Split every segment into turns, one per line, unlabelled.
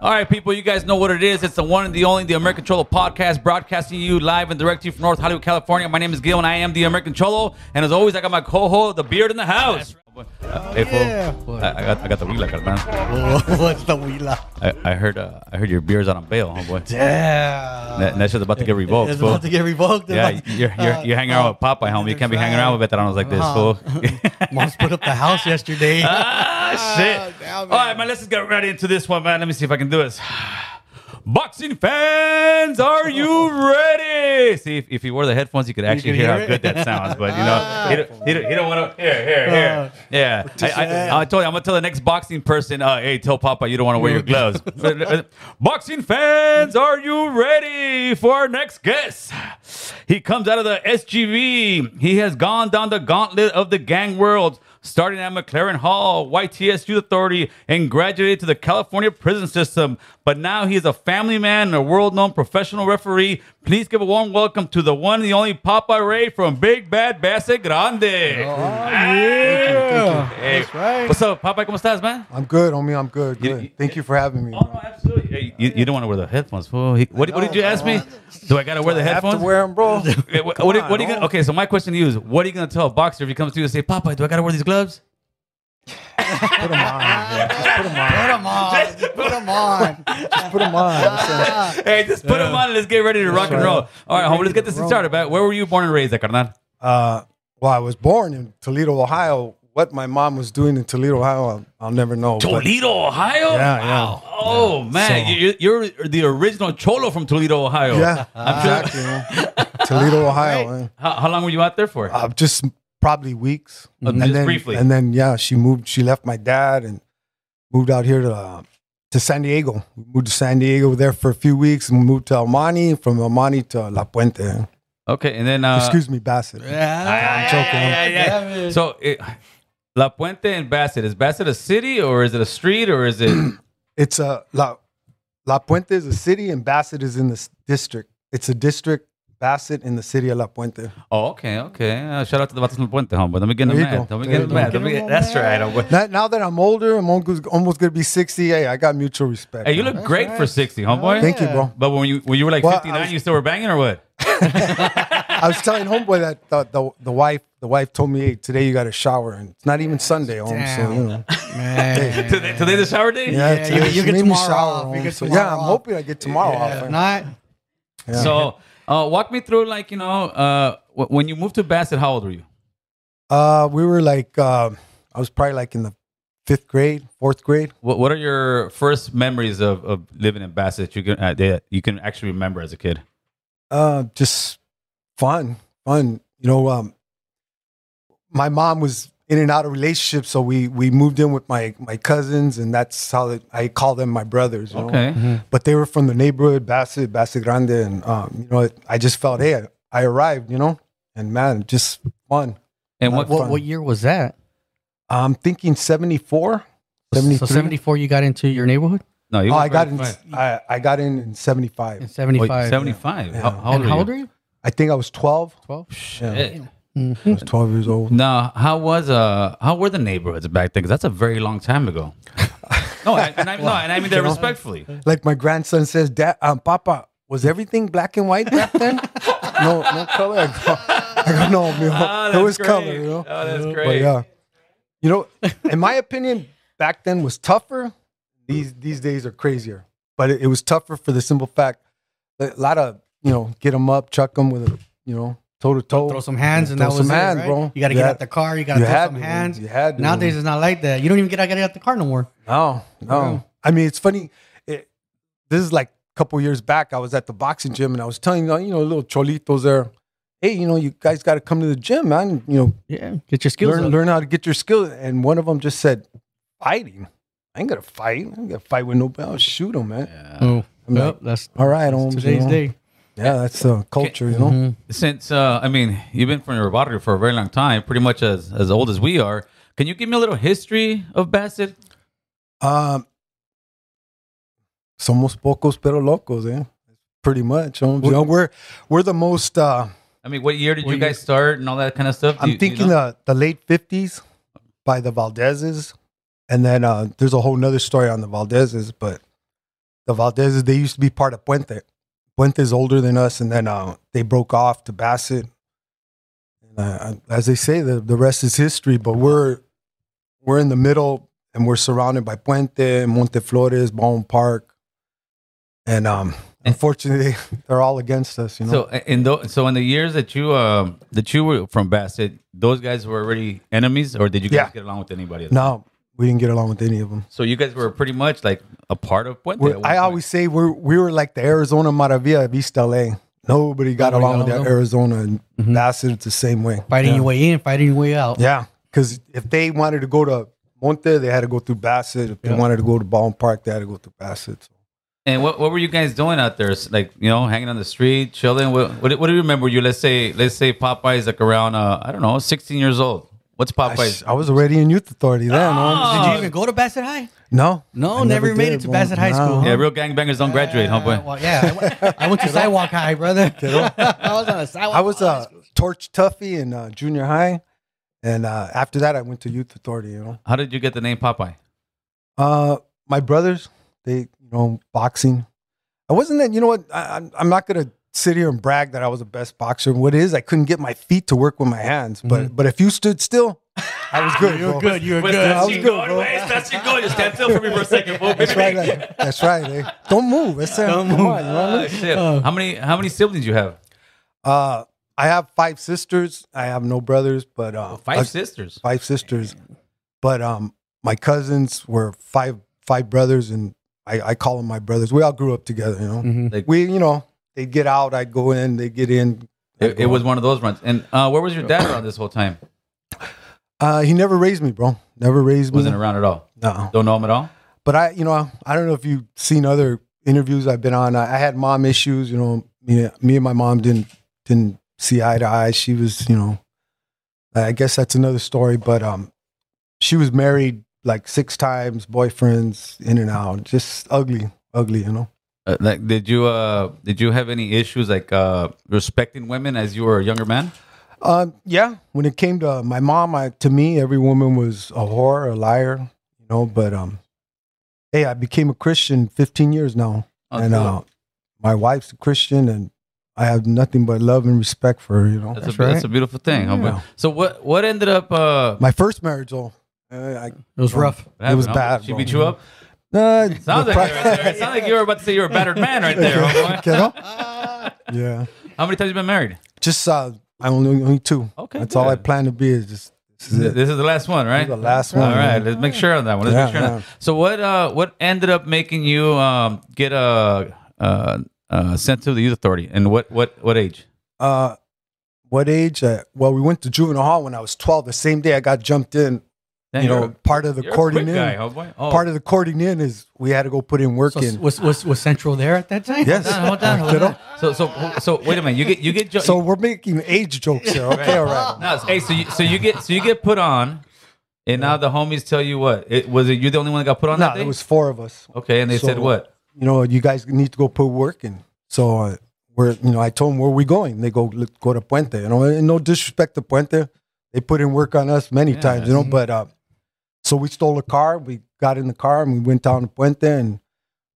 All right, people, you guys know what it is. It's the one and the only, the American Cholo podcast, broadcasting you live and direct to you from North Hollywood, California. My name is Gil, and I am the American Cholo. And as always, I got my coho, the beard in the house. hey, fool.
yeah, boy.
I, I got, I got the wheel, man.
What's the wheeler?
I, I heard, uh, I heard your beer's out on bail, huh, boy?
Yeah.
That, that shit's about to get revoked,
It's
fool.
about to get revoked. They're
Yeah,
like,
you're, you're,
uh,
you're hanging around with
uh, Uh-huh.
Popeye, homie. You can't be hanging around with veteranos like this,
Huh.
fool.
Mom's put up the house yesterday.
ah, shit.
damn it.
All right, man, let's just get right into this one, man. Let me see if I can do this. Boxing fans, are you ready? See, if, if you wore the headphones, you could actually
could
hear,
hear
how
it?
good that sounds. But you know, he don't, he don't, he don't want to. Here, here, here.
Uh,
Yeah, I, I, I told Oh. you, I'm gonna tell the next boxing person, uh, hey, tell Papa you don't want to wear your gloves. uh, boxing fans, are you ready for our next guest? He comes out of the SGV. He has gone down the gauntlet of the gang world starting at McLaren Hall, YTS Youth Authority, and graduated to the California prison system. But now he is a family man and a world known professional referee. Please give a warm welcome to the one and the only Papa Ray from Big Bad Base
Oh,
Grande.
Yeah.
Hey,
That's right.
What's up, Papa? ¿Cómo estás, man?
I'm good, homie. I'm good.
You-
Good.
you-
Thank you for having me.
Oh, no, absolutely. Hey, you, you don't want to wear the headphones. fool. He- what, what did you ask me? Do I got to wear the
I have
headphones?
to wear 'em, bro.
Hey, what, what, are-
Come
what are you
on,
gonna, okay, so my question to you is, what are you going to tell a boxer if he comes to you and say, Papa, do I got to wear these gloves?
Put them on. man. Just put them on.
Put them on. Just put them on.
Just put them on.
Hey, just put them on and let's get ready to rock and roll. All right, homie, let's get this thing started, man. Where were you born and raised at, carnal?
Uh, well, I was born in Toledo, Ohio. What my mom was doing in Toledo, Ohio, I'll, I'll never know. but-
Toledo, Ohio?
Yeah, yeah.
Wow. Oh, man. You- You're, you're the original Cholo from Toledo, Ohio.
yeah, exactly. man. Toledo, Ohio. man.
How, how long were you out there for?
Uh, just probably weeks.
Uh, just
and then,
briefly.
And then, yeah, she moved. She left my dad and moved out here to uh, to San Diego. We moved to San Diego there for a few weeks and moved to El Monte. From El Monte to La Puente.
okay, and then. Uh,
Excuse me, Bassett.
Yeah.
I'm joking. Yeah, yeah, yeah.
Damn it.
So, it, La Puente and Bassett, is Bassett a city or is it a street or is it.
It's a La La Puente is a city and Bassett is in this district. It's a district. Bassett in the city of La Puente.
Oh, okay, okay. Uh, shout out to the Batas del Puente, homie. Let me get them
There you
mad.
go.
Let me get
There you
them
go.
mad. Let me get- That's right. homie.
Now, now that I'm older, I'm almost, almost gonna be 60. Hey, I got mutual respect.
Hey, you look great for 60, homeboy.
Thank you, bro.
But when you when you were like
Well, I
59,
was-
you still were banging or what?
I was telling homeboy that the, the, the wife the wife told me, hey, today you got to shower, and it's not even Sunday, homie. So, you know.
Man.
today, today the shower day?
Yeah,
Yeah, you-
today
you
she
get
made me
tomorrow off. You
homie.
get
So,
tomorrow
yeah, I'm
off.
hoping I get tomorrow off.
If
man.
not,
So uh, walk me through like, you know, uh, wh- when you moved to Bassett, how old were you?
Uh, we were like, um I was probably like in the fifth grade, fourth grade.
What, what are your first memories of, of living in Bassett you can, uh, that you can actually remember as a kid?
Uh, just fun, fun. You know, um, my mom was in and out of relationships, so we we moved in with my my cousins, and that's how that I call them my brothers. You know?
Okay.
but they were from the neighborhood, Bassett, Bassett Grande, and um, you know, I just felt, hey, I, I arrived, you know, and man, just fun.
And what,
Well-
What, what year was that?
I'm thinking 74,
So
73.
74, you got into your neighborhood?
no, you
Oh,
were
I got in,
35.
I, I got in in
In
75.
75.
Oh, 75. How, how old
And how
were
old
you?
are you?
I think I was 12.
12.
Yeah,
Eh,
I was 12 years old.
Now, how was uh how were the neighborhoods back then? Because that's a very long time ago. no, I, and I, no, and I mean that respectfully.
Like my grandson says, Dad, um, Papa, was everything black and white back then? no, no color. I go, I go no, mijo,
Ah,
there
that's
was color,
great.
you know.
Oh, that's
But
great.
yeah, you know, in my opinion, back then was tougher. These these days are crazier, but it, it was tougher for the simple fact that a lot of you know get them up, chuck them with a you know toe to toe,
Throw some hands and
Throw
that was
some
it,
hands,
right?
bro.
You got to
You
get
had-
out the car. You got to
you
throw
had
some
to,
hands.
you had to.
Nowadays, it's not like that. You don't even get out get out the car no more.
No,
Wow.
no. I mean, it's funny. It, this is like a couple years back. I was at the boxing gym and I was telling uh, you know little cholitos there, hey, you know, you guys got to come to the gym, man. You know,
Yeah. Get your skills
learn,
up.
learn how to get your skill. And one of them just said, fighting. I ain't gonna fight. I ain't gonna fight with nobody. I'll shoot him, man.
Oh,
I'm
well,
like,
that's
All right, Holmes. you
today's
know?
day.
Yeah, that's uh, culture, you know.
Mm-hmm.
Since uh, I mean, you've been from your barrio for a very long time, pretty much as as old as we are. Can you give me a little history of Bassett?
Mm-hmm.
Um, somos pocos pero locos, eh? Pretty much, Holmes. You know, we're we're the most. Uh,
I mean, what year did
Well,
you
you-
guys start and all that kind of stuff? Do
I'm
you- do you
thinking
know?
uh, the late '50s by the Valdezes, and then uh, there's a whole nother story on the Valdezes, but the Valdezes, they used to be part of Puente. Puente's older than us, and then uh, they broke off to Bassett. And uh, as they say, the, the rest is history. But we're we're in the middle, and we're surrounded by Puente, Monteflores, Baldwin Park, and um, unfortunately, they're all against us. You know,
So uh, in tho- so in the years that you um that you were from Bassett, those guys were already enemies, or did you guys
Yeah.
get along with anybody? Else?
no, we didn't get along with any of them.
So you guys were pretty much like a part of Puente.
We're-
at one
I
point.
always say we're we were like the Arizona Maravilla of East LA. Nobody got
Nobody
along
got
with
along.
that Arizona, and
Mhm.
Bassett it's the same way.
Fighting
yeah.
your way in, fighting your way out.
Yeah, because if they wanted to go to Monte, they had to go through Bassett. If they
Yeah.
wanted to go to Ballin Park, they had to go through Bassett.
And what, what were you guys doing out there? S- Like you know, hanging on the street, chilling. What what, do- what do you remember? You let's say let's say Popeye's like around uh I don't know, sixteen years old. What's
I,
Popeye's?
s- I was already in youth authority then.
Oh.
Did
honestly.
you even go to Bassett High?
No,
No,
I
never made it to
bro.
Bassett High School,
yeah, real gangbangers don't graduate, huh, boy?
Uh, well, yeah, I went, I went to Sidewalk High, brother. I was on a sidewalk.
I was uh, a torch toughie in uh, junior high, and uh, after that, I went to youth authority. You know,
How did you get the name Popeye?
uh, my brothers, they you know boxing. I wasn't that. You know what? I, I'm I'm not gonna sit here and brag that I was the best boxer. What it is, I couldn't get my feet to work with my hands. But but if you stood still, I was good.
You're
bro.
Mm-hmm. good. You're
Where's
good.
that
I was
shit
good,
going?
bro.
Where's that shit going? Just stand still for me for a second, fool.
That's right. eh? That's right. Eh? Don't move. That's it.
Don't
Come
move.
on, you know what I
Oh,
mean?
shit.
Uh,
How many how many siblings you have?
Uh, I have five sisters. I have no brothers, but
Oh,
uh,
Five
I-
sisters.
five sisters. But um, my cousins were five five brothers, and I, I call them my brothers. We all grew up together. You know,
Mhm.
Like
we you know they'd get out, I'd go in, they'd get in. I'd
it,
go
it was
out.
one of those runs. And uh, where was your dad around this whole time?
Uh, he never raised me, bro. Never raised
Wasn't
me.
around at all.
No.
Don't know him at all.
but I, you know, I don't know if you've seen other interviews I've been on. I, I had mom issues, you know. Me, me and my mom didn't didn't see eye to eye. She was, you know, I guess that's another story. But um, she was married like six times, boyfriends in and out, just ugly, ugly, you know.
Uh, like, did you uh, did you have any issues like uh, respecting women as you were a younger man? Uh,
Um, yeah, when it came to uh, my mom, I, to me, every woman was a whore, a liar, you know. But um, hey, I became a Christian 15 years now.
Oh,
and
cool.
uh, my wife's a Christian, and I have nothing but love and respect for her. You know,
that's,
that's
a, that's
right.
a beautiful thing. homie.
Oh, Yeah.
So what what ended up? Uh,
my first marriage, though. Uh, I,
It was rough.
happened,
was
homie?
bad,
She
bro.
beat you up.
uh,
Sounds like, it right there. It sounds like you were about to say you were a battered man right there. homie.
yeah.
How many times you been married?
Just uh, I only only two.
Okay,
that's all I
good.
plan to be. Is just this is it.
This is the last one, right?
the last
All
one,
right,
man.
let's make sure on that one. Let's
Yeah,
make sure. on that.
yeah.
So what uh what ended up making you um get uh, uh uh sent to the youth authority and what what what age?
Uh, what age? Uh, well, we went to juvenile hall when I was twelve. The same day I got jumped in.
Damn,
You
you're
know,
a-
part of the
you're a quick
courting in.
guy, homeboy. Oh,
Part of the courting in is we had to go put in work
So
in.
was, was was Central there at that time?
Yes.
Hold down, hold
Kiddo.
down. So so so wait a minute. You get you get ju-
So we're making age jokes here. Okay, all right.
no, it's- hey, so you, so you get so you get put on, and now the homies tell you what? It was it you the only one that got put on
No,
that day?
there was four of us.
okay, and they said
so-
what?
you know, you guys need to go put work in. So uh, we're, you know, I told them where we going. They go "Let's go to Puente. You know, and no disrespect to Puente, they put in work on us many
Yeah. mm-hmm.
times. You know, but uh, so we stole a car. We got in the car and we went down to Puente and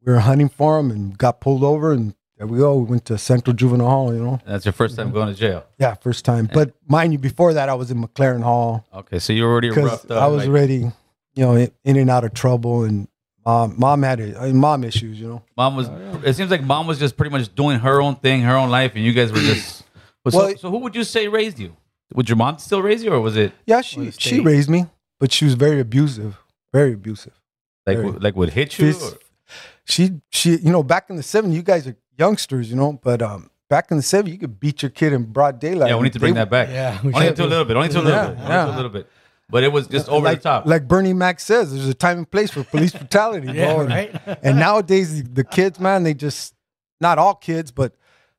we were hunting for them and got pulled over and there we go. We went to Central Juvenile Hall. You know,
That's your first
Mhm.
time going to jail.
yeah, first time. But mind you, before that I was in McLaren Hall
Okay, so you're already
because
roughed up.
I was
like-
already, you know, in, in and out of trouble and mom, mom had it, I mean, mom issues. You know.
Mom was.
Oh,
It seems like mom was just pretty much doing her own thing, her own life, and you guys were just. so,
Well-
so who would you say raised you? Would your mom still raise you, or was it
Yeah,
the
she she
state.
raised me, but she was very abusive, very abusive.
like
Very.
like would hit you?
Fist- She she you know back in the 70s, you guys are youngsters, you know, but um back in the 70s, you could beat your kid in broad daylight.
yeah, we need to bring
They-
that back.
Yeah, we
only
should
to a
do.
little bit. Only to a little
Yeah,
bit. Only to
yeah.
a little bit. But it was just over
like,
the top.
Like Bernie Mac says, there's a time and place for police brutality,
Yeah,
bro.
right.
And nowadays the kids, man, they just not all kids, but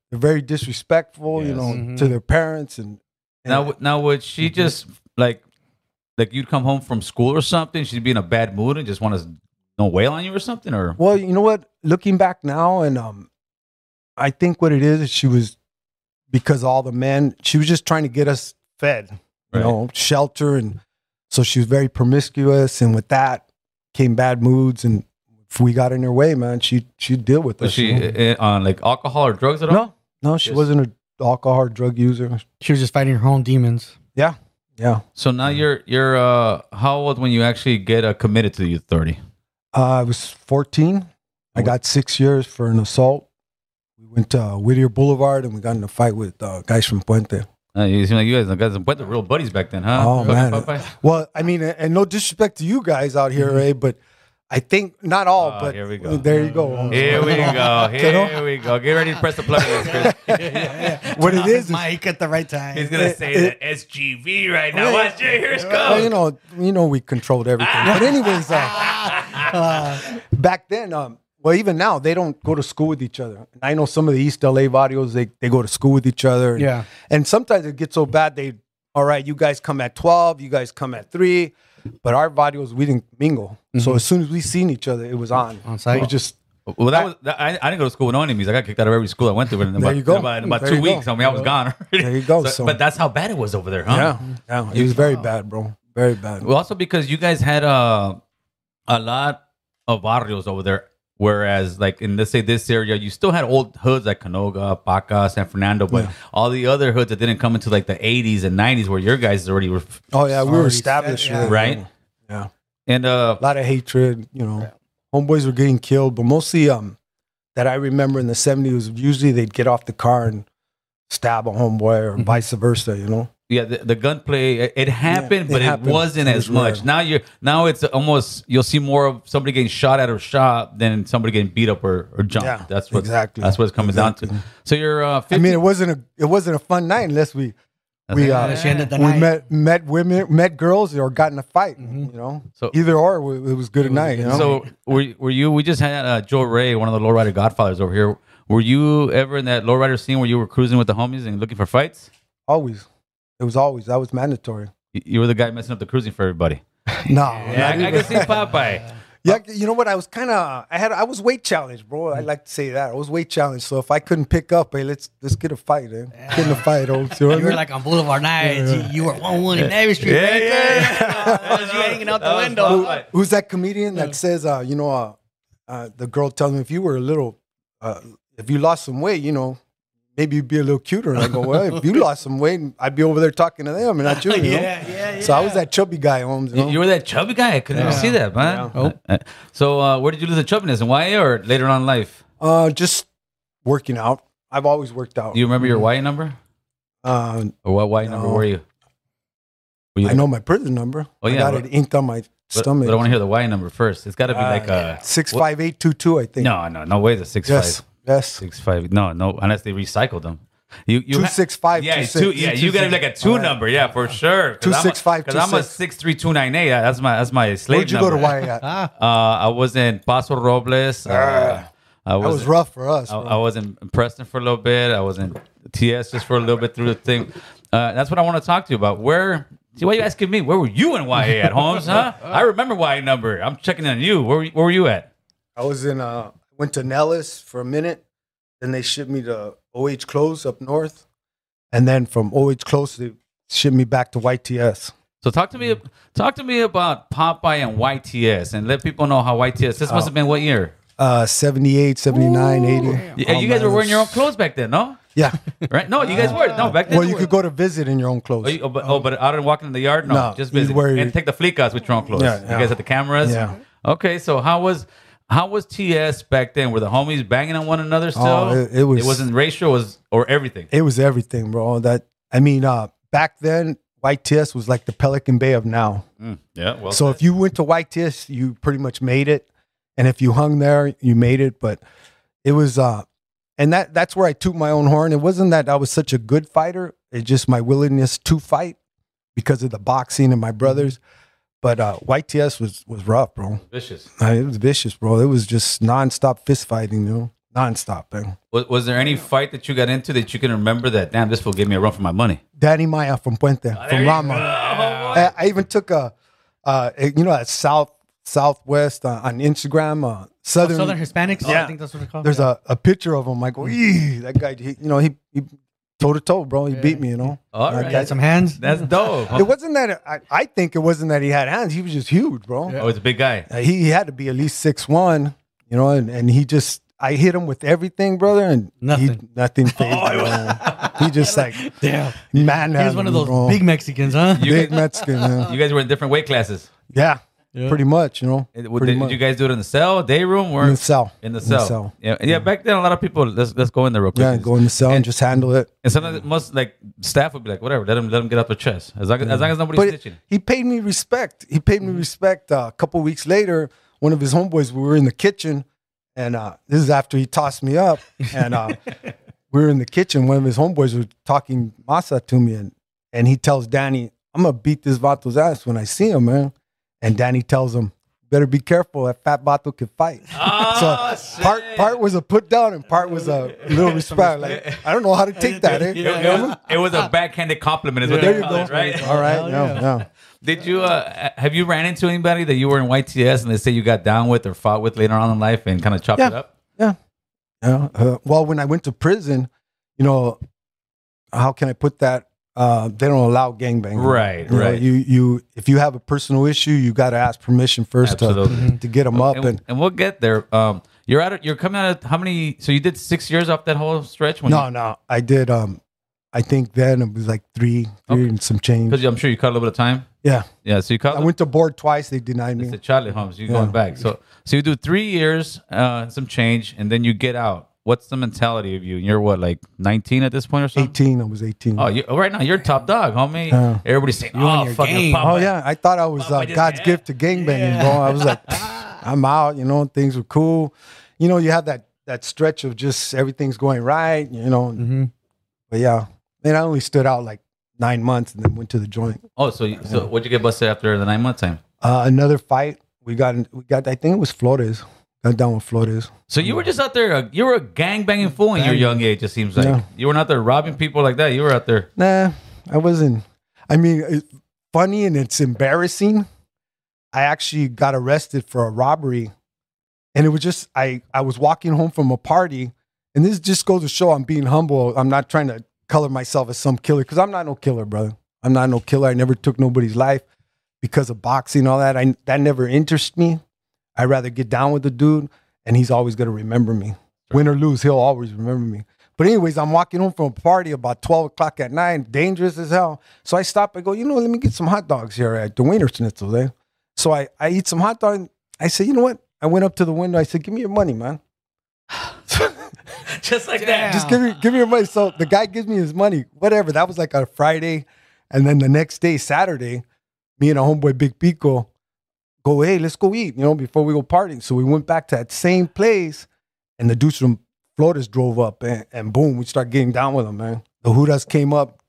they're very disrespectful, you
Yes. Mm-hmm.
know,
Mhm.
to their parents and, and
now, w- now would
Mm-hmm.
she just like like you'd come home from school or something? She'd be in a bad mood and just want to no wail on you or something, or
Well, you know what? Looking back now, and um, I think what it is, is she was because all the men, she was just trying to get us fed, you
Right.
know, shelter, and so she was very promiscuous, and with that came bad moods and if we got in her way, man, she she'd deal with
Was
us.
she
you know?
uh, on like alcohol or drugs at all?
No, no, she
Just-
wasn't an alcohol or drug user.
She was just fighting her own demons.
Yeah,
So now
Mm-hmm.
you're you're uh how old when you actually get uh, committed to the youth authority?
uh, I was 14. I got six years for an assault. We went to uh, Whittier Boulevard and we got in a fight with uh, guys from Puente.
Uh, you seem like you guys got some but the real buddies back then, huh?
Oh,
Fucking
man.
Popeye?
Well, I mean, and no disrespect to you guys out here, eh? But I think not all,
Oh,
but
Mm-hmm. here we go.
there you go.
Here we go. Here we go. Get ready to press the plug on this, Chris.
What it is, is
Mike at the right time.
He's
Eh,
gonna say the SGV right
Oh,
now. Watch your here's
Well, uh, you
go.
know, you know, we controlled everything. But anyways, uh, uh, back then, um, well, even now, they don't go to school with each other. And I know some of the East LA varios, they they go to school with each other. And,
Yeah.
And sometimes it gets so bad they, all right, you guys come at twelve, you guys come at three, but our varios we didn't mingle.
Mm-hmm.
So as soon as we seen each other, it was on.
On site.
It was just
Well, that was that, I, I didn't go to school with no enemies. I got kicked out of every school I went to in about,
you go.
in about, in about
There
two
you go.
weeks. I mean, I was gone. Already.
There you go.
So-
So-
but that's how bad it was over there, huh?
yeah, yeah. It was very bad, bro. Very bad.
Well, also because you guys had uh, a lot of barrios over there, whereas like in let's say this area, you still had old hoods like Canoga, Paca, San Fernando, but all the other hoods that didn't come into like the '80s and '90s, where your guys already were
oh yeah, we were
Already
established,
set, yeah.
yeah.
right.
Yeah.
And uh,
a lot of hatred. You know, homeboys were getting killed, but mostly um, that I remember in the '70s was usually they'd get off the car and stab a homeboy
Mm-hmm.
or vice versa. You know,
yeah, the, the gunplay it- it happened,
it
but
happened.
it wasn't
It
as
was rare.
much. Now you're now it's almost you'll see more of somebody getting shot at or shot than somebody getting beat up or, or jumped.
Yeah,
that's what
exactly.
that's what it's coming down
Exactly.
to. So you're uh, 50,
I mean, it wasn't a it wasn't a fun night unless we we uh,
Unless you ended the
we
night.
met met women met girls or got in a fight. You know,
Mm-hmm. So-
either or it was good at night. You know,
So were were you? We just had uh, Joe Ray, one of the lowrider godfathers over here. Were you ever in that lowrider scene where you were cruising with the homies and looking for fights?
always it was always that was mandatory.
You- You were the guy messing up the cruising for everybody.
No,
Yeah,
not
I, I
even.
can see Popeye.
Yeah, you know what? I was kind of I had I was weight challenged, bro.
Mm.
I like to say that I was weight challenged. So if I couldn't pick up, hey, let's let's get a fight, eh? Get in a fight, old. You know what I
You were
mean?
like on Boulevard Nights. You- You were one one in Navy Street. right there. That was you hanging out the
That was
window.
Popeye.
Who's that comedian that says, uh, you know, uh, uh, the girl tells me if you were a little, uh, if you lost some weight, you know, maybe you'd be a little cuter. And I go, well, if you lost some weight, I'd be over there talking to them and not you. you know?
Yeah, yeah,
So I was that chubby guy, Holmes. You know?
You, you were that chubby guy. I couldn't even see that, man. Oh. So uh, where did you lose the chubbiness? In YA or later on in life?
uh, just working out. I've always worked out.
Do you remember your YA number?
Uh,
Or what YA number
Mm. No.
were you? Were you
I know my prison number.
Oh, yeah,
I got
but-
it inked on my
but,
stomach. Ah,
but I want to hear the YA number first. It's got to be like a
Six five eight two two, I think.
no, no, no way. The six
Yes.
five.
Yes.
six five. No, no, unless they recycle them. You you
Two
ha-
six five
Yeah,
two
it's
six.
two. Yeah, you got like a two
All right.
number. Yeah, for sure.
Two six five,
Because
two
I'm a
six.
six three two nine eight. Yeah, that's my that's my slave
Where'd you
number.
go to YA at? that
Uh, I was in Paso Robles. Uh, I was,
Ah,
Oh,
was rough for us.
I,
bro.
I was in Preston for a little bit. I was in TS just for a little bit through the thing. Uh, that's what I want to talk to you about. Where? See, why you asking me? Where were you in YA at, Holmes? Huh? I remember YA number. I'm checking on you. Where, were you- where were you at?
I was in uh went to Nellis for a minute, then they shipped me to OH Close up north, and then from OH Close they shipped me back to YTS.
So talk to me. Talk to me about Popeye and YTS, and let people know how YTS. This must
Oh.
have been what year?
Uh 78, 79, 80.
Yeah,
Oh,
you guys
man,
were wearing your own
it's-
clothes back then, no?
Yeah.
Right? No, you guys were. No, back then.
well,
you
you
were.
could go to visit in your own clothes.
Oh, you- oh, but, oh, but out and walking in the yard? No,
No,
just
you
busy.
wear your-
And take the fleekas with your own clothes.
Yeah,
You
yeah.
guys had the cameras?
Yeah.
Okay, so how was how was TS back then? Were the homies banging on one another still?
Oh, it- it was-
It wasn't racial, it was or everything.
It was everything, bro. That I mean, uh back then YTS was like the Pelican Bay of now.
Mm, yeah, well.
So if you went to YTS, you pretty much made it, and if you hung there, you made it. But it was, uh, and that that's where I toot my own horn. It wasn't that I was such a good fighter; it's just my willingness to fight because of the boxing and my brothers. But uh, YTS was was rough, bro.
vicious.
I mean, it was vicious, bro. It was just nonstop fist fighting, you know, nonstop, man.
Was, was there any fight that you got into that you can remember that, damn, this will give me a run for my money?
Danny Maya from Puente,
Ah,
from Rama. I, I even took a, uh, you know, at South Southwest uh, on Instagram, uh, Southern.
Southern Hispanics.
Yeah.
Oh,
I think that's what they're called.
Mm.
There's a, a picture of him. I go, "Ee, that guy. He, you know, he, he toe to toe, bro. He beat me, you know.
All
Like
right.
Got some hands.
That's dope.
It wasn't that I, I think it wasn't that he had hands. He was just huge, bro.
Oh, it's a big guy.
Uh, He, he had to be at least six one, you know, and, and he just I hit him with everything, brother, and
Nothing.
He, nothing phased him, bro. He just like
Damn.
man.
He was one of those big Mexicans, huh?
You
big
guys,
Mexican. Yeah,
you guys were in different weight classes.
yeah,
Yeah.
pretty much, you know.
Did,
pretty
did
much.
you guys do it in the cell, day room, or
in the cell.
In the cell. Yeah, yeah. Back then, a lot of people. Let's let's go in there real quick.
Yeah, go in the cell and just handle it.
And sometimes most like staff would be like, whatever, let him let him get up the chest as long as, as long as nobody's
But
snitching. Mm-hmm.
he paid me respect. He paid me respect. Uh, a couple weeks later, one of his homeboys, we were in the kitchen, and uh, this is after he tossed me up, and uh, we were in the kitchen. One of his homeboys was talking masa to me, and and he tells Danny, "I'm gonna beat this vato's ass when I see him, man." And Danny tells him, "Better be careful. That fat vato can fight."
Oh,
so part
shit.
part was a put down, and part was a little respect. Like I don't know how to take that. Eh?
It, it was, it was a backhanded compliment, is what
There
they
you
call
go.
it, right?
All right,
Hell
yeah,
yeah.
yeah.
Did you uh, have you ran into anybody that you were in YTS and they say you got down with or fought with later on in life and kind of chopped it
Yeah.
up?
Yeah. Yeah. Uh, well, when I went to prison, you know, how can I put that? Uh, they don't allow gangbang.
Right,
You know,
right.
you you if you have a personal issue, you got to ask permission first
Absolutely.
to, to get them up.
And,
And
and we'll get there. Um, you're out. Of, you're coming out of how many? So you did six years off that whole stretch. When
no, no, I did. Um, I think then it was like three, three
Okay.
and some change.
because I'm sure you caught a little bit of time.
Yeah,
Yeah, so you caught.
I went to board twice. They denied
It's
me.
a Charlie Holmes. You're going
Yeah.
back. So so you do three years, uh, some change, and then you get out. What's the mentality of you? You're what, like 19 at this point or something?
Eighteen. I was eighteen.
Oh, you, right now you're top dog, homie.
Yeah.
Everybody's saying,
on
"Oh,
your
fucking
game."
Papa.
Oh yeah, I thought I was uh,
just-
God's
yeah.
gift to gangbanging, bro. I was like, I'm out. You know, things were cool. You know, you have that that stretch of just everything's going right. You know,
Mm-hmm.
but yeah, and I only stood out like nine months and then went to the joint.
Oh, so you, so what'd you get busted after the nine month time?
Uh, another fight. We got we got. I think it was Flores. Got down with Flores.
So you were just out there. uh, You were a gang banging fool in your young age. It seems like
Yeah.
you weren't out there robbing people like that. You were out there.
Nah, I wasn't. I mean, it's funny and it's embarrassing. I actually got arrested for a robbery, and it was just I I was walking home from a party, and this just goes to show I'm being humble. I'm not trying to color myself as some killer because I'm not no killer, brother. I'm not no killer. I never took nobody's life because of boxing and all that. I that never interests me. I'd rather get down with the dude, and he's always gonna remember me. Win or lose, he'll always remember me. But anyways, I'm walking home from a party about 12 o'clock at night, dangerous as hell. So I stop. I go, you know, let me get some hot dogs here at the Wiener Schnitzel. Eh? So I, I eat some hot dog. I say, you know what? I went up to the window. I said, give me your money, man.
Just like
that.
Just give me, give me your money. So the guy gives me his money, whatever. That was like a Friday. And then the next day, Saturday, me and a homeboy, Big Pico, go, hey, let's go eat, you know, before we go partying. So we went back to that same place. And the dudes from Flores drove up and, and boom, we start getting down with them, man. The Hudas came up,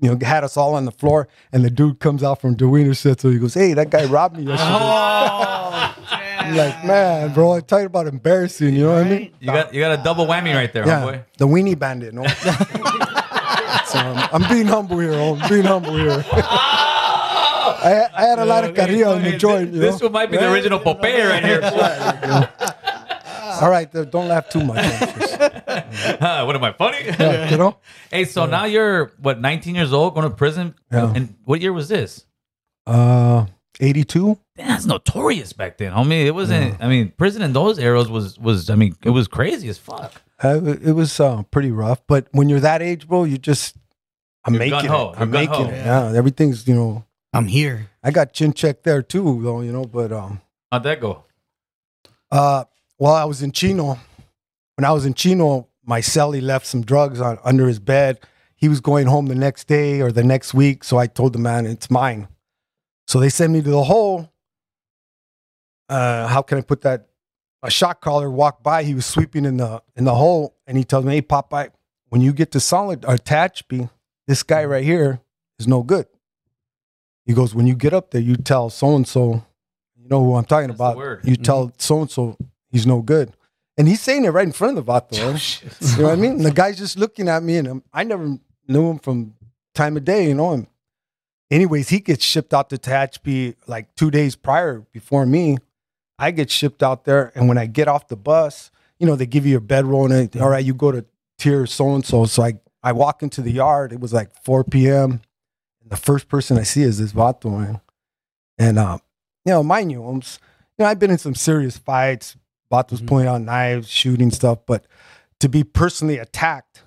you know, had us all on the floor, and the dude comes out from Deweyner said so he goes, Hey, that guy robbed me yesterday. I'm like, man, bro, I tell you about embarrassing, you know what I mean?
You got you got a double whammy right there,
Yeah,
homeboy.
the weenie bandit, no? so I'm, I'm being humble here, oh, I'm being humble here. I, I had a lot of carrillo in the joint, you
this
know?
one might be the original Popeye right here.
All right, though, don't laugh too much.
Huh, what am I funny?
you know?
Hey, so now you're what, 19 years old, going to prison?
Yeah.
And what year was this?
Uh, 82?
Damn, that's notorious back then, homie. It wasn't. I mean, prison in those eras was was. I mean, it was crazy as fuck.
Uh, it- it was uh, pretty rough, but when you're that age, bro, you just I'm
You're
making
gung-ho.
it. I'm
You're
making
gung-ho.
it. Yeah. everything's you know.
I'm here.
I got chin check there too, though you know. But um,
How'd that go?
uh, while I was in Chino, when I was in Chino, my cellie left some drugs on under his bed. He was going home the next day or the next week, so I told the man it's mine. So they sent me to the hole. Uh, how can I put that? A shot caller walked by. He was sweeping in the in the hole, and he tells me, "Hey, Popeye, when you get to solid or Tatchby, this guy right here is no good." He goes, "When you get up there, you tell so and so, you know who I'm talking
That's the
about.
word. Mm-hmm.
You tell so and so he's no good." And he's saying it right in front of the vato. eh? You know what I mean? The guy's just looking at me, and I'm, I never knew him from time of day, you know. And anyways, he gets shipped out to Tehachapi like two days prior before me. I get shipped out there, and when I get off the bus, you know, they give you your bedroll and everything. All right, you go to tier so and so. So I, I walk into the yard. It was like 4 p.m. And the first person I see is this vato, man. And, um, you know, mind you, I'm, s- you know, I've been in some serious fights. Vato's
Mhm.
pulling out knives, shooting stuff. But to be personally attacked,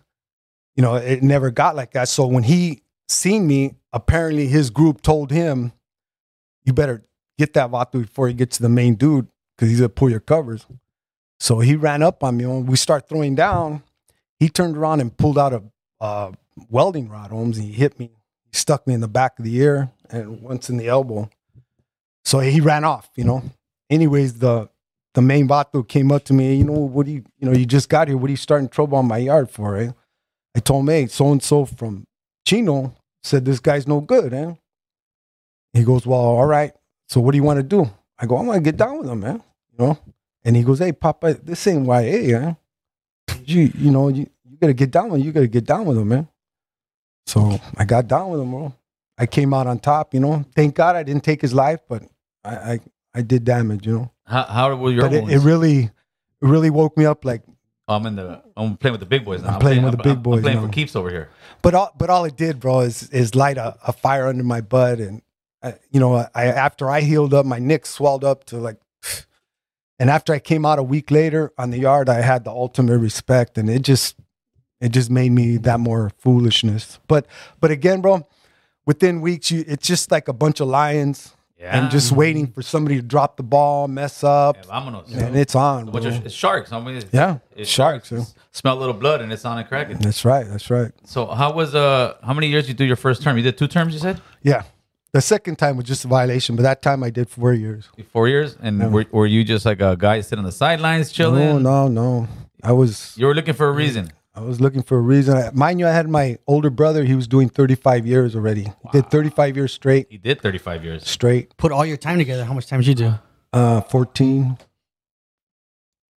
you know, it never got like that. So when he seen me, apparently his group told him, you better get that vato before he gets to the main dude because he's going to pull your covers. So he ran up on me. and we start throwing down, he turned around and pulled out a uh, welding rod, Holmes, and he hit me. He stuck me in the back of the ear and once in the elbow. So he ran off, you know. Anyways, the the main vato came up to me, you know, what do you, you know, you just got here. What are you starting trouble on my yard for, eh? I told him, hey, so and so from Chino said this guy's no good, eh? He goes, well, all right. So what do you want to do? I go, I want to get down with him, man. You know? And he goes, hey, Papa, this ain't YA, eh? You, you know, you, you gotta get down with you gotta get down with him, man. So I got down with him, bro. I came out on top, you know. Thank God I didn't take his life, but I I, I did damage, you know.
How, how were your
but it,
ones?
it really it really woke me up like
I'm in the. I'm playing with the big boys now.
I'm playing with the big
I'm-
boys
I'm playing
now.
for keeps over here.
but all but all it did, bro, is is light a, a fire under my butt, and uh, you know, I after I healed up, my nick swelled up to like, and after I came out a week later on the yard, I had the ultimate respect, and it just it just made me that more foolishness. But but again, bro, within weeks, you it's just like a bunch of lions
Yeah.
and just waiting for somebody to drop the ball, mess up,
Yeah, Vamonos.
and it's on.
A bunch of
bro.
sh- it's sharks. I mean, it's,
yeah,
it's
sharks. yeah.
Smell a little blood and it's on a cracking.
That's right. That's right.
So how was uh how many years you do your first term? You did two terms, you said
Yeah. The second time was just a violation, but that time I did four years.
four years, and were, were you just like a guy sitting on the sidelines chilling?
No, no, no. I was
You were looking for a reason.
I was looking for a reason. I, mind you, I had my older brother. He was doing 35 years already. He did 35 years straight,
He did 35 years.
straight.
Put all your time together. How much time did you do?
Uh, 14.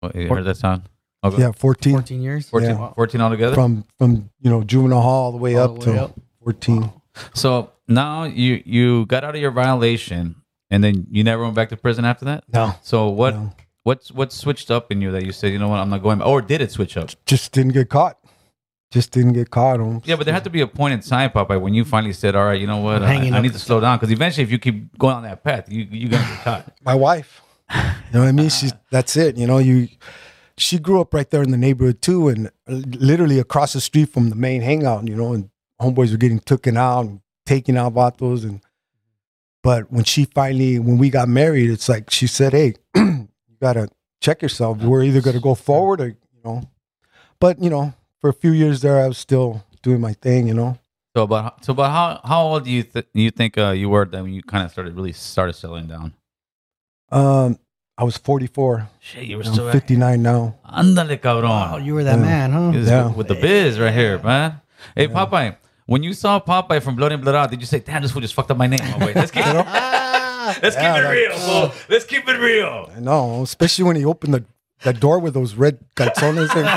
What, you heard that sound? Oh, go-
Yeah, 14.
14 years?
14,
yeah.
14 altogether.
From from you know juvenile hall all the way
All
up
the
to
way up.
14.
so now you you got out of your violation, and then you never went back to prison after that.
No,
So what
No.
what's what switched up in you that you said you know what I'm not going? Or did it switch up?
just didn't get caught. Just didn't get caught. Holmes.
Yeah, but there had to be a point in time, Popeye, when you finally said, "All right, you know what? I,
Hanging
I
up
need to slow down." Because eventually, if you keep going on that path, you you gonna get caught.
my wife. You know what I mean? She's that's it. You know, you she grew up right there in the neighborhood too, and uh, literally across the street from the main hangout. You know, and homeboys were getting taken out and taking out vatos. And but when she finally, when we got married, it's like she said, "Hey, you gotta check yourself. We're either gonna go forward or you know." But you know, for a few years there, I was still doing my thing. You know,
So, about so about how how old do you th- you think uh, you were then when you kind of started really started settling down?
um, I was 44.
Shit, you were
I'm 59 now.
Andale,
Oh,
cabrón.
you were that
Yeah.
man, huh?
This-
Yeah.
with the biz right here, man. Hey, Popeye, when you saw Popeye from Blood and Blood Out, did you say, "Damn, this fool just fucked up my name"? Oh, wait, let's keep,
Ah.
let's
Yeah,
keep it
like,
real, fool. Let's keep it real.
I know, especially when he opened the, the door with those red calzones. And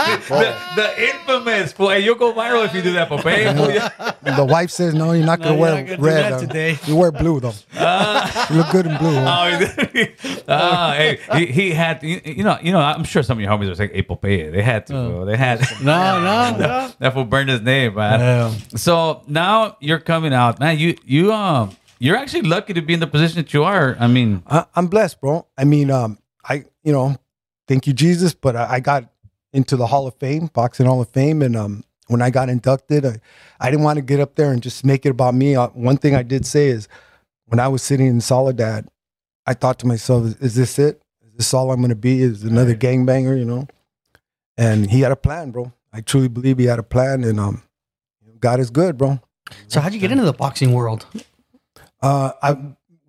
The, the infamous fool. Hey, you'll go viral if you do that, Popeye. Fool, yeah.
the wife says, "No, you're not gonna
you're
wear
not gonna do
red
that
huh?
today." Uh.
You wear blue though. you look good in blue." huh?
Oh, he did. Ah, hey, he, he had you, you know you know I'm sure some of your homies were saying Apopea. They had to, bro. They had
No, no, no.
that will burn his name, man. So now you're coming out, man. You you um you're actually lucky to be in the position that you are. I mean,
I, I'm blessed, bro. I mean, um, I you know, thank you Jesus, but I, I got into the Hall of Fame, boxing Hall of Fame, and um, when I got inducted, I, I didn't want to get up there and just make it about me. Uh, one thing I did say is, when I was sitting in Soledad, I thought to myself, "Is, is this it? Is this all I'm going to be? Is another gangbanger?" You know. And he had a plan, bro. I truly believe he had a plan, and um, God is good, bro.
So how'd you get into the boxing world?
Uh, I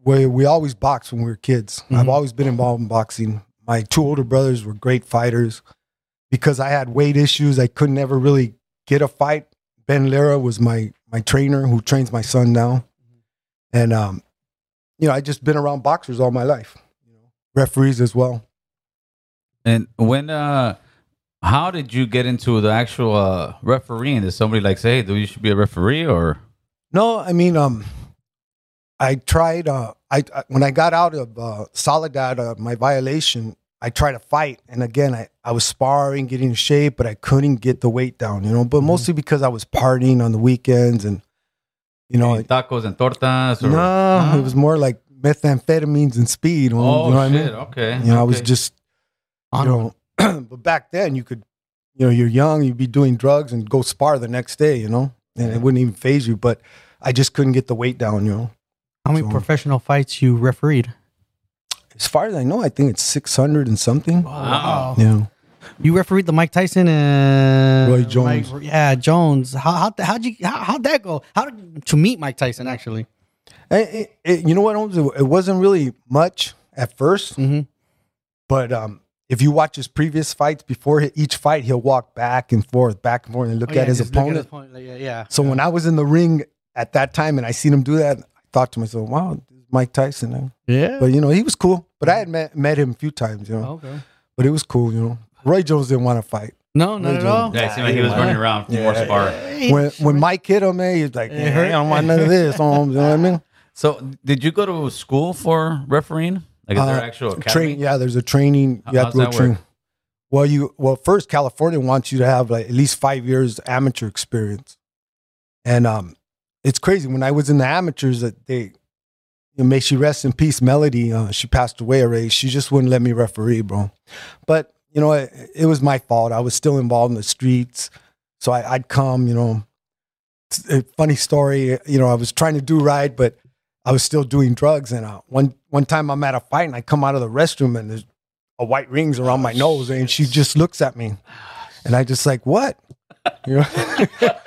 we we always boxed when we were kids. I've always been involved in boxing. My two older brothers were great fighters. Because I had weight issues, I could never really get a fight. Ben Lera was my my trainer who trains my son now, and um, you know I just been around boxers all my life, you know, referees as well.
and when uh. How did you get into the actual uh, refereeing? Did somebody like say, "Hey, dude, you should be a referee"? Or
No, I mean, um, I tried. Uh, I, I when I got out of uh, Soledad, uh, my violation, I try to fight. And again, I, I was sparring, getting in shape, but I couldn't get the weight down, you know,
Mm-hmm.
but mostly because I was partying on the weekends and, you know,
Any tacos and tortas. Or,
no, it was more like methamphetamines and speed. when-
Oh
you know what I
shit.
mean?
Okay.
You know, I was
okay.
just, you know, but back then you could, you know, you're young, you'd be doing drugs and go spar the next day, you know, and it wouldn't even phase you. But I just couldn't get the weight down, you know.
How many
So-
professional fights you refereed?
As far as I know, I think it's 600 and something.
Wow.
Yeah.
You refereed the Mike Tyson and
Roy Jones.
Mike- yeah, Jones. How how how'd you how, how'd that go? How did, to meet Mike Tyson actually?
And it- it- you know what, Holmes? It wasn't really much at 1st
Mhm.
but um, if you watch his previous fights before he- each fight, he'll walk back and forth, back and forth, and look
Oh, yeah,
at his
just look
opponent.
Like, yeah, yeah.
So when I was in the ring at that time and I seen him do that, I thought to myself, wow, this is Mike Tyson. man."
Yeah.
But, you know, he was cool. But I had met, met him a few times, you know.
Oh, okay.
But it was cool, you know. Roy Jones didn't want to fight.
No, not at all.
Yeah, it seemed like he was running around from more spar.
When, when Mike hit him, man, he's like, yeah, I don't want none of this. Holmes," you know what I mean?
So, did you go to school for refereeing? Like, is there
Uh,
actual academy?
Train, yeah, there's a training. You
How-
have to
how's that
go train.
work?
Well, you well first California wants you to have like at least five years amateur experience, and um, it's crazy. When I was in the amateurs, that they, you know, may she rest in peace, Melody. Uh, she passed away already. She just wouldn't let me referee, bro. But you know, it, it was my fault. I was still involved in the streets, so I, I'd come. You know, It's a funny story. You know, I was trying to do right, but I was still doing drugs. And uh, one one time, I'm at a fight, and I come out of the restroom, and there's a white rings around my nose, and she just looks at me, and I just like what, you know.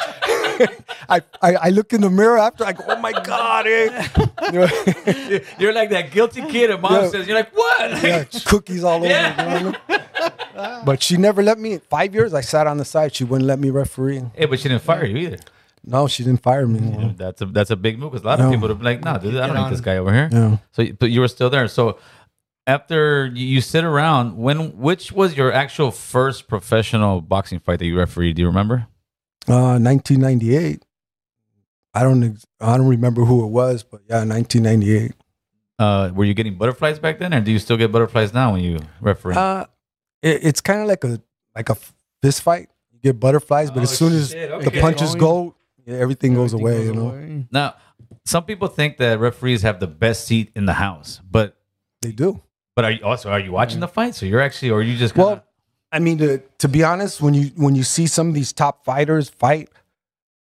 I, I I look in the mirror after I go, oh my god, eh. You know?
You're like that guilty kid, and mom
Yeah.
says, "You're like what?"
yeah, cookies all over.
Yeah.
you know what I mean? But she never let me. Five years I sat on the side. She wouldn't let me referee.
Hey, but she didn't fire you either.
No, she didn't fire me.
You know, That's a that's a big move because a lot of
Yeah.
people would be like, "No, dude, I don't need
on.
this guy over here."
Yeah.
So, but you were still there. So, after you you sit around, when which was your actual first professional boxing fight that you refereed? Do you remember?
Uh, 1998. I don't. Ex- I don't remember who it was, but yeah, 1998.
Uh, were you getting butterflies back then, or do you still get butterflies now when you referee?
Uh, it, it's kind of like a like a fist fight. You get butterflies, but
Oh,
as soon as
shit,
the
okay.
punches
Oh, yeah.
go, yeah, everything goes away. you know,
now, some people think that referees have the best seat in the house, but
they do.
But are you also are you watching the fight? So you're actually, or are you just
Well,
kinda-
I mean, to to be honest, when you when you see some of these top fighters fight,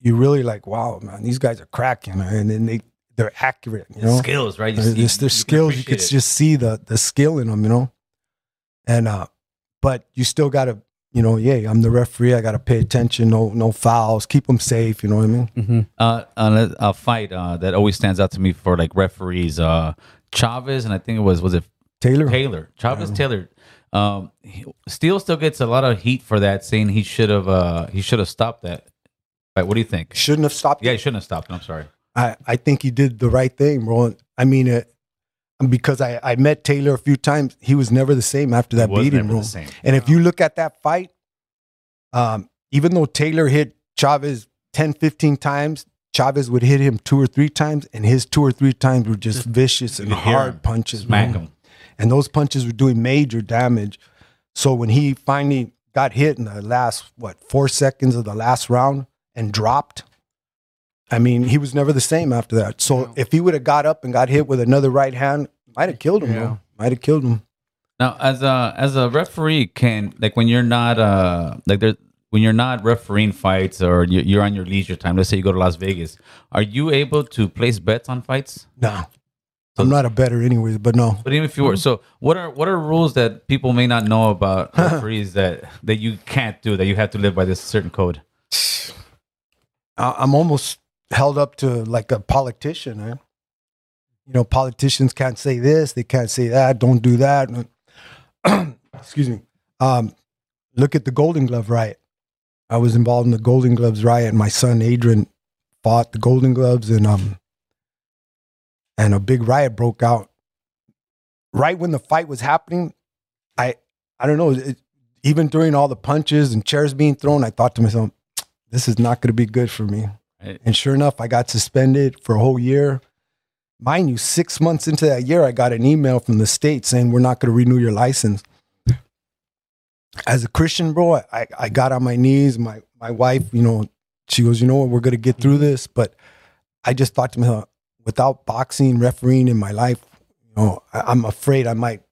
you really like, wow, man, these guys are cracking, and then they they're accurate. You know,
skills, right? You
It's
see-
just their
you can
skills. You
appreciate
could
it.
just see the the skill in them, you know. And uh, but you still gotta, you know, yeah, I'm the referee. I gotta pay attention. No no fouls. Keep them safe. You know what I mean?
Mm-hmm.
uh, a, a fight uh, that always stands out to me for like referees, uh, Chavez, and I think it was was it
Taylor.
Taylor, Chavez Taylor. Um, he- Steele still gets a lot of heat for that, saying he should have uh, he should have stopped that. Right, what do you think?
Shouldn't have stopped.
Yeah, he shouldn't have stopped. it. I'm sorry.
I, I think he did the right thing, bro. I mean, it, because I, I met Taylor a few times, he was never the same after that
was
beating,
never the
bro.
same.
And if you look at that fight, um, even though Taylor hit Chavez 10, 15 times, Chavez would hit him two or three times, and his two or three times were just vicious and
could hear
hard
him
punches.
Smack
bro.
him.
And those punches were doing major damage. So when he finally got hit in the last, what, four seconds of the last round and dropped, I mean, he was never the same after that. So if he would have got up and got hit with another right hand, might have killed him, bro. Might have killed him.
Now, as a as a referee, can like when you're not uh like there when you're not refereeing fights or you- you're on your leisure time. Let's say you go to Las Vegas, are you able to place bets on fights?
No. I'm not a better anyways, but no.
But even if you
Mm-hmm.
were, so what are what are rules that people may not know about referees that that you can't do that you have to live by this certain code?
I- I'm almost held up to like a politician. Eh? You know, politicians can't say this, they can't say that, don't do that. Excuse me. Um, look at the Golden Glove riot. I was involved in the Golden Gloves riot. My son Adrian fought the Golden Gloves, and um, and a big riot broke out. Right when the fight was happening, I I don't know. It, even during all the punches and chairs being thrown, I thought to myself, this is not going to be good for me.
Right.
And sure enough, I got suspended for a whole year. Mind you, six months into that year, I got an email from the state saying, we're not going to renew your license. as a Christian, bro, I, I got on my knees. My my wife, you know, she goes, you know what, we're gonna get through this. But I just thought to myself, without boxing, refereeing in my life, you know, I, I'm afraid I might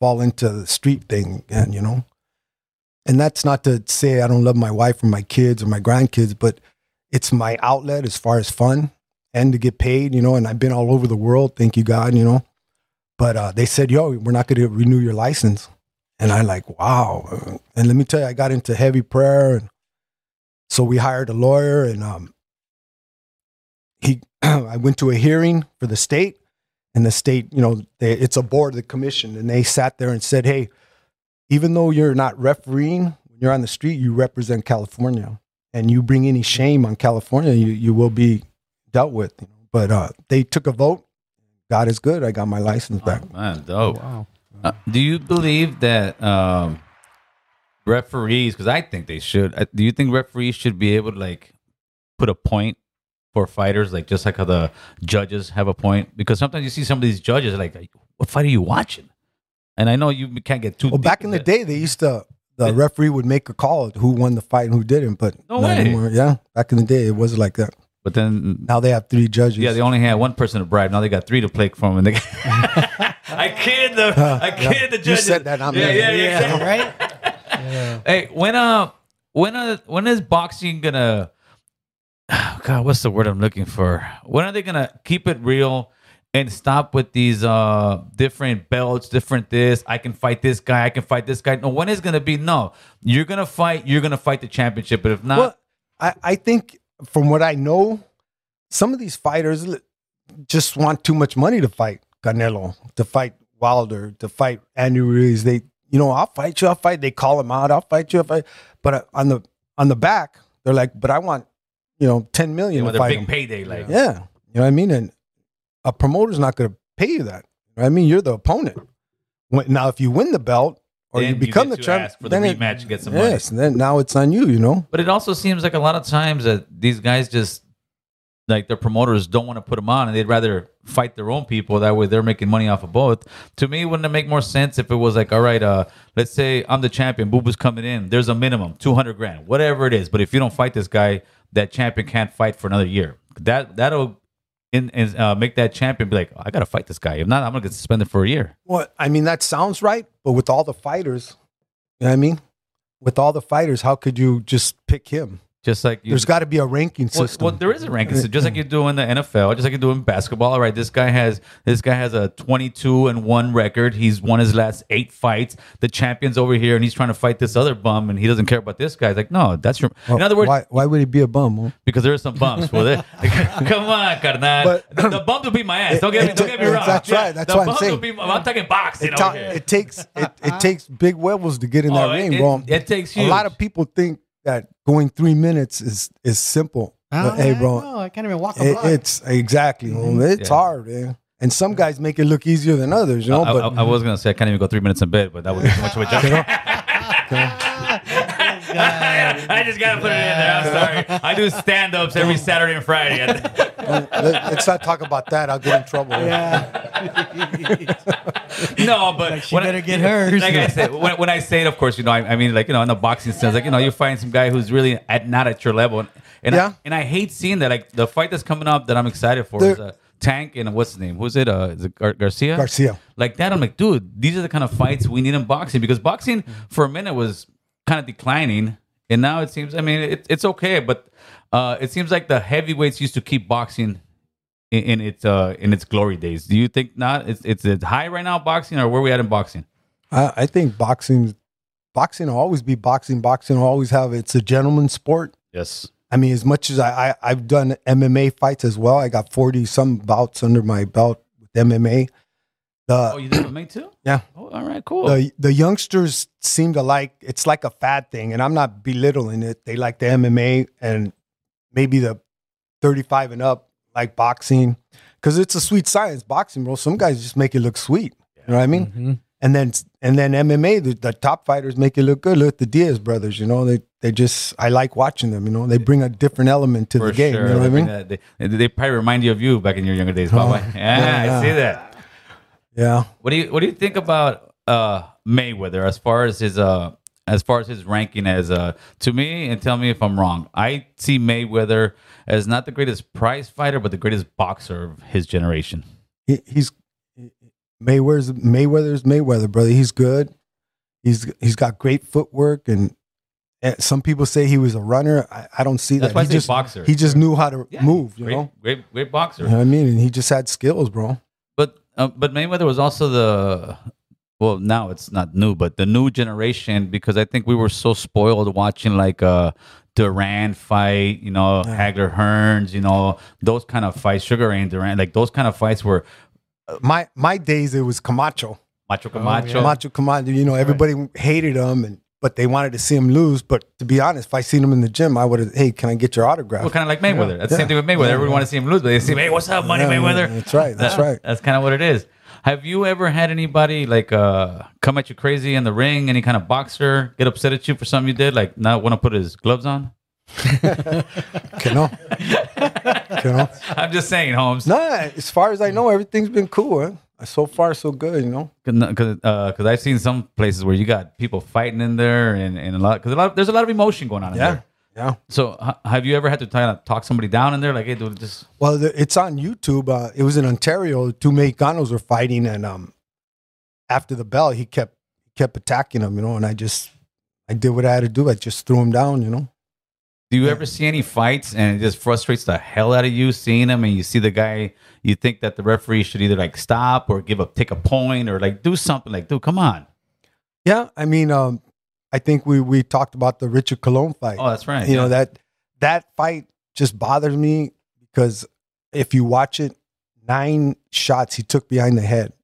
fall into the street thing again, you know. And that's not to say I don't love my wife or my kids or my grandkids, but it's my outlet as far as fun and to get paid, you know. And I've been all over the world, thank you God, you know. But uh, they said, yo, we're not going to renew your license. And I like, wow. And let me tell you, I got into heavy prayer. And so we hired a lawyer and um, he, I went to a hearing for the state and the state, you know, they, it's a board of the commission. And they sat there and said, hey, even though you're not refereeing, when you're on the street, you represent California and you bring any shame on California, you, you will be dealt with. you know. But uh, they took a vote. God is good. I got my license back.
Oh, Man, dope. Uh, do you believe that um, referees? Because I think they should. uh, Do you think referees should be able to like put a point for fighters, like just like how the judges have a point? Because sometimes you see some of these judges like, "What fight are you watching?" And I know you can't get too.
Well,
deep
back in the
that.
day, they used to the referee would make a call who won the fight and who didn't. But
No
not
way.
anymore. Yeah, back in the day, it was like that.
but then
Now they have three judges.
Yeah, they only had one person to bribe. Now they got three to play from, and they. I kid the I
yeah.
kid the
You
judges.
said that, not me.
yeah, yeah, yeah, exactly.
right?
Hey, when uh, when uh, when is boxing gonna? God, what's the word I'm looking for? When are they gonna keep it real and stop with these uh different belts, different this? I can fight this guy. I can fight this guy. No, when is gonna be? No, you're gonna fight. You're gonna fight the championship. But if not,
Well, I, I think from what I know, some of these fighters li- just want too much money to fight Canelo, to fight Wilder, to fight Andy Ruiz. They, you know, I'll fight you. I'll fight. They call him out. I'll fight you. I'll fight. But uh, on the on the back, they're like, but I want, you know, ten
you
million
know,
to
the
fight
big
him.
payday, like
Yeah. You know what I mean? And a promoter's not going to pay you that. You know what I mean? You're the opponent. When, now, if you win the belt or
Then
you
you
become
get
the
to
champ,
ask for the
it-
rematch and get some money.
yes, then now it's on you, you know?
But it also seems like a lot of times that these guys just like their promoters don't want to put them on, and they'd rather fight their own people. That way, they're making money off of both. To me, wouldn't it make more sense if it was like, all right, uh, let's say I'm the champion, Boo Boo's coming in. There's a minimum, two hundred grand, whatever it is. But if you don't fight this guy, that champion can't fight for another year. That that'll in, in, uh, make that champion be like, "Oh, I gotta fight this guy. If not, I'm gonna get suspended for a year.
Well, I mean, that sounds right, but with all the fighters, you know what I mean? With all the fighters, how could you just pick him?
Just like you,
There's got to be a ranking
Well,
system.
well, there is a ranking system, just like you do in the NFL, just like you do in basketball. All right, this guy has this guy has a 22 and one record. He's won his last eight fights. The champion's over here, and he's trying to fight this other bum, and he doesn't care about this guy. It's like, no, that's your.
Well,
in other words,
why, why would he be a bum? Well,
because there are some bumps. Well, there- come on, carnal.
But-
the, the bumps will beat my ass. Don't get me,
It-
don't get me wrong.
that's right, that's
the
what I'm
bumps
saying.
will beat my- I'm talking boxing
It,
over
ta-
here.
it takes it,
Uh-huh.
it takes big webbles to get in that
Oh, it-
ring,
it-
bro.
it takes
a lot
huge.
of people think that going three minutes is is simple.
Oh,
But, hey, bro,
No, I can't even walk a
It,
block.
it's exactly. homie.
Mm-hmm.
It's
Yeah.
hard, man. And some guys make it look easier than others, you know.
I,
but
I- I was gonna say I can't even go three minutes in bed, but that would be too much of a joke. I just gotta put it in there. I'm sorry. I do stand ups every Saturday and Friday.
let, us not talk about that. I'll get in trouble.
no, but
she better get hers.
Like I said, when, when I say it, of course, you know, I, I mean, like you know, in the boxing sense, like you know, you find some guy who's really at not at your level, and and,
Yeah.
I, and I hate seeing that. Like the fight that's coming up that I'm excited for is
There-
uh, Tank and what's his name? Who's it? Uh, is it Gar- Garcia?
Garcia.
Like that, I'm like, dude, these are the kind of fights we need in boxing because boxing
Mm-hmm.
for a minute was kind of declining, and now it seems. I mean, it, it's okay, but uh, it seems like the heavyweights used to keep boxing in, in its uh in its glory days. Do you think not? It's it's, it's high right now boxing or where we at in boxing?
I, I think boxing, boxing will always be boxing. Boxing will always have. It's a gentleman's sport.
Yes.
I mean, as much as I, I I've done MMA fights as well. I got forty some bouts under my belt with MMA. The
Oh, you did with me too.
Yeah.
Oh, all right, cool.
the the youngsters seem to like it's like a fad thing, and I'm not belittling it. They like the MMA and maybe the 35 and up like boxing because it's a sweet science boxing, bro. Some guys just make it look sweet. You know what I mean?
Mm-hmm.
Mhm.
And then and then MMA, the, the top fighters make it look good. Look at the Diaz brothers, you know. They they just I like watching them. You know, they bring a different element to
for
the game.
sure.
You know what I mean? Oh.
mean, they, they probably remind you of you back in your younger days, Baba. yeah, I see that.
Yeah.
What do you What do you think about uh, Mayweather as far as his uh, as far as his ranking as uh, to me and tell me if I'm wrong. I see Mayweather as not the greatest prize fighter, but the greatest boxer of his generation.
He, he's Mayweather's Mayweather's Mayweather, brother. He's good. He's he's got great footwork, and, and some people say he was a runner. I, I don't see
That's
that.
why I
he
say
just
boxer.
he just knew how to
Yeah,
move. You
great,
know?
great, great boxer.
you know what I mean? And he just had skills, bro.
But uh, but Mayweather was also the well now it's not new, but the new generation because I think we were so spoiled watching like uh Duran fight, you know, Hagler Hearns, you know, those kind of fights, Sugar Ray and Duran, like those kind of fights were
My my days, it was Camacho,
Macho Camacho.
Camacho, Camacho. You know, everybody hated him, and but they wanted to see him lose. But to be honest, if I seen him in the gym, I would have. Hey, can I get your autograph?
Well, kind of like Mayweather. That's the same
Yeah.
thing with Mayweather. Everyone wants to see him lose, but they see, him, hey, what's up, Money
Yeah, yeah,
Mayweather?
That's right. That's
That-
right.
That's kind of what it is. Have you ever had anybody like uh, come at you crazy in the ring? Any kind of boxer get upset at you for something you did, like not want to put his gloves on?
You know. you know.
I'm just saying, Holmes,
Nah, as far as I know, everything's been cool. Huh? So far, so good. You know.
because uh, I've seen some places where you got people fighting in there, and, and a lot because a lot there's a lot of emotion going on in there.
Yeah.
So ha- have you ever had to kind of talk somebody down in there, like, hey, dude, just
Well, the, it's on YouTube. Uh, it was in Ontario. Two Mexicanos were fighting, and um, after the bell, he kept kept attacking him. You know, and I just I did what I had to do. I just threw him down. You know.
Do you ever see any fights and it just frustrates the hell out of you seeing them and you see the guy you think that the referee should either like stop or give up take a point or like do something like dude come on
Yeah. I mean, um, I think we we talked about the Richard Colon fight.
oh that's right
you know that that fight just bothers me because if you watch it nine shots he took behind the head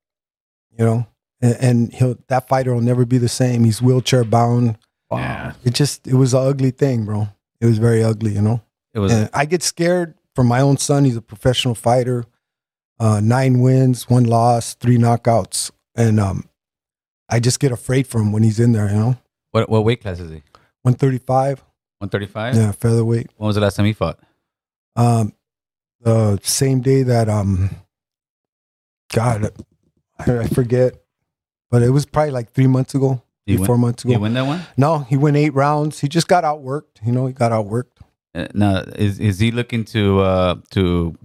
you know and, and he'll that fighter will never be the same he's wheelchair bound
Yeah.
it just it was an ugly thing bro it was very ugly you know
it was
and i get scared for my own son he's a professional fighter uh, nine wins one loss three knockouts and um, i just get afraid for him when he's in there you know
what what weight class is he
135
135
yeah featherweight
when was the last time he fought
um, the same day that um, God, I I forget, but it was probably like three months ago,
He
three,
win-
four months
did he
ago.
win that one
No, he went eight rounds. He just got outworked. You know, he got outworked.
uh, now is is he looking to uh to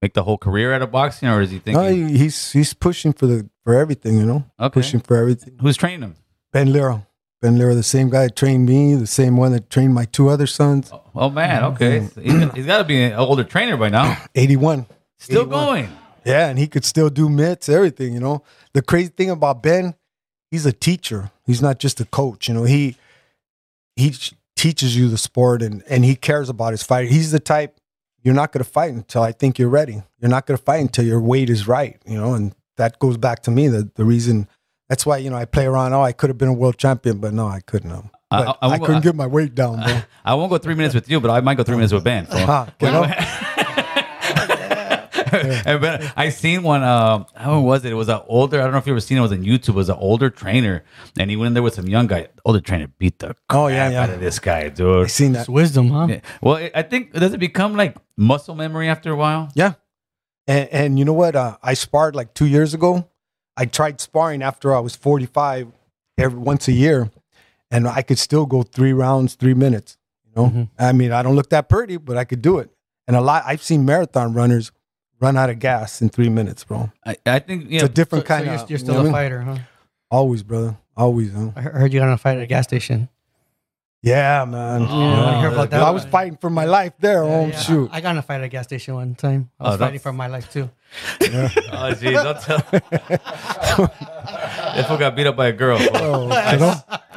make the whole career out of boxing or is he thinking
No, he, he's he's pushing for the for everything. You know,
okay
pushing for everything.
who's training him
Ben Lero, Ben Lero, the same guy that trained me, the same one that trained my two other sons.
oh, oh, man okay So he's, he's got to be an older trainer by now
Mm-hmm. Eighty-one.
still
81.
going
Yeah, and he could still do mitts, everything, you know. The crazy thing about Ben, he's a teacher. He's not just a coach, you know. He he ch- teaches you the sport and and he cares about his fighter. He's the type you're not going to fight until I think you're ready. You're not going to fight until your weight is right, you know, and that goes back to me the the reason that's why, you know, I play around, oh, I could have been a world champion, but no, I couldn't have.
I-
But
I-
I,
I-
couldn't get my weight down, bro.
I won't go three minutes with you, but I might go three minutes with Ben. fool.
Huh, you know?
and Ben, I seen one. Um, how was it? It was an older. I don't know if you ever seen it. It was on YouTube. It was an older trainer, and he went in there with some young guy. Older trainer beat the crap
Oh, yeah, yeah.
out of this guy,
I
dude.
seen that.
It's wisdom, huh?
Yeah. Well, it, I think does it become like muscle memory after a while?
Yeah. And, and you know what? Uh, I sparred like two years ago. I tried sparring after I was 45 every once a year, and I could still go three rounds, three minutes. You know,
Mhm.
I mean, I don't look that pretty, but I could do it. And a lot, I've seen marathon runners run out of gas in three minutes, bro.
I, I think yeah.
It's a different
So- so
kind
you're-
of.
you're still
know what I
a fighter,
mean?
huh?
Always, brother. Always. Huh?
I he- heard you got in a fight at a gas station.
Yeah, man.
Oh,
I hear about
that
I was
one.
fighting for my life there.
Yeah,
oh
yeah.
shoot!
I, I got in a fight at a gas station one time. I
Oh,
was
that's-
fighting for my life too.
oh jeez, don't tell. that fool got beat up by a girl. fool.
Oh, you know?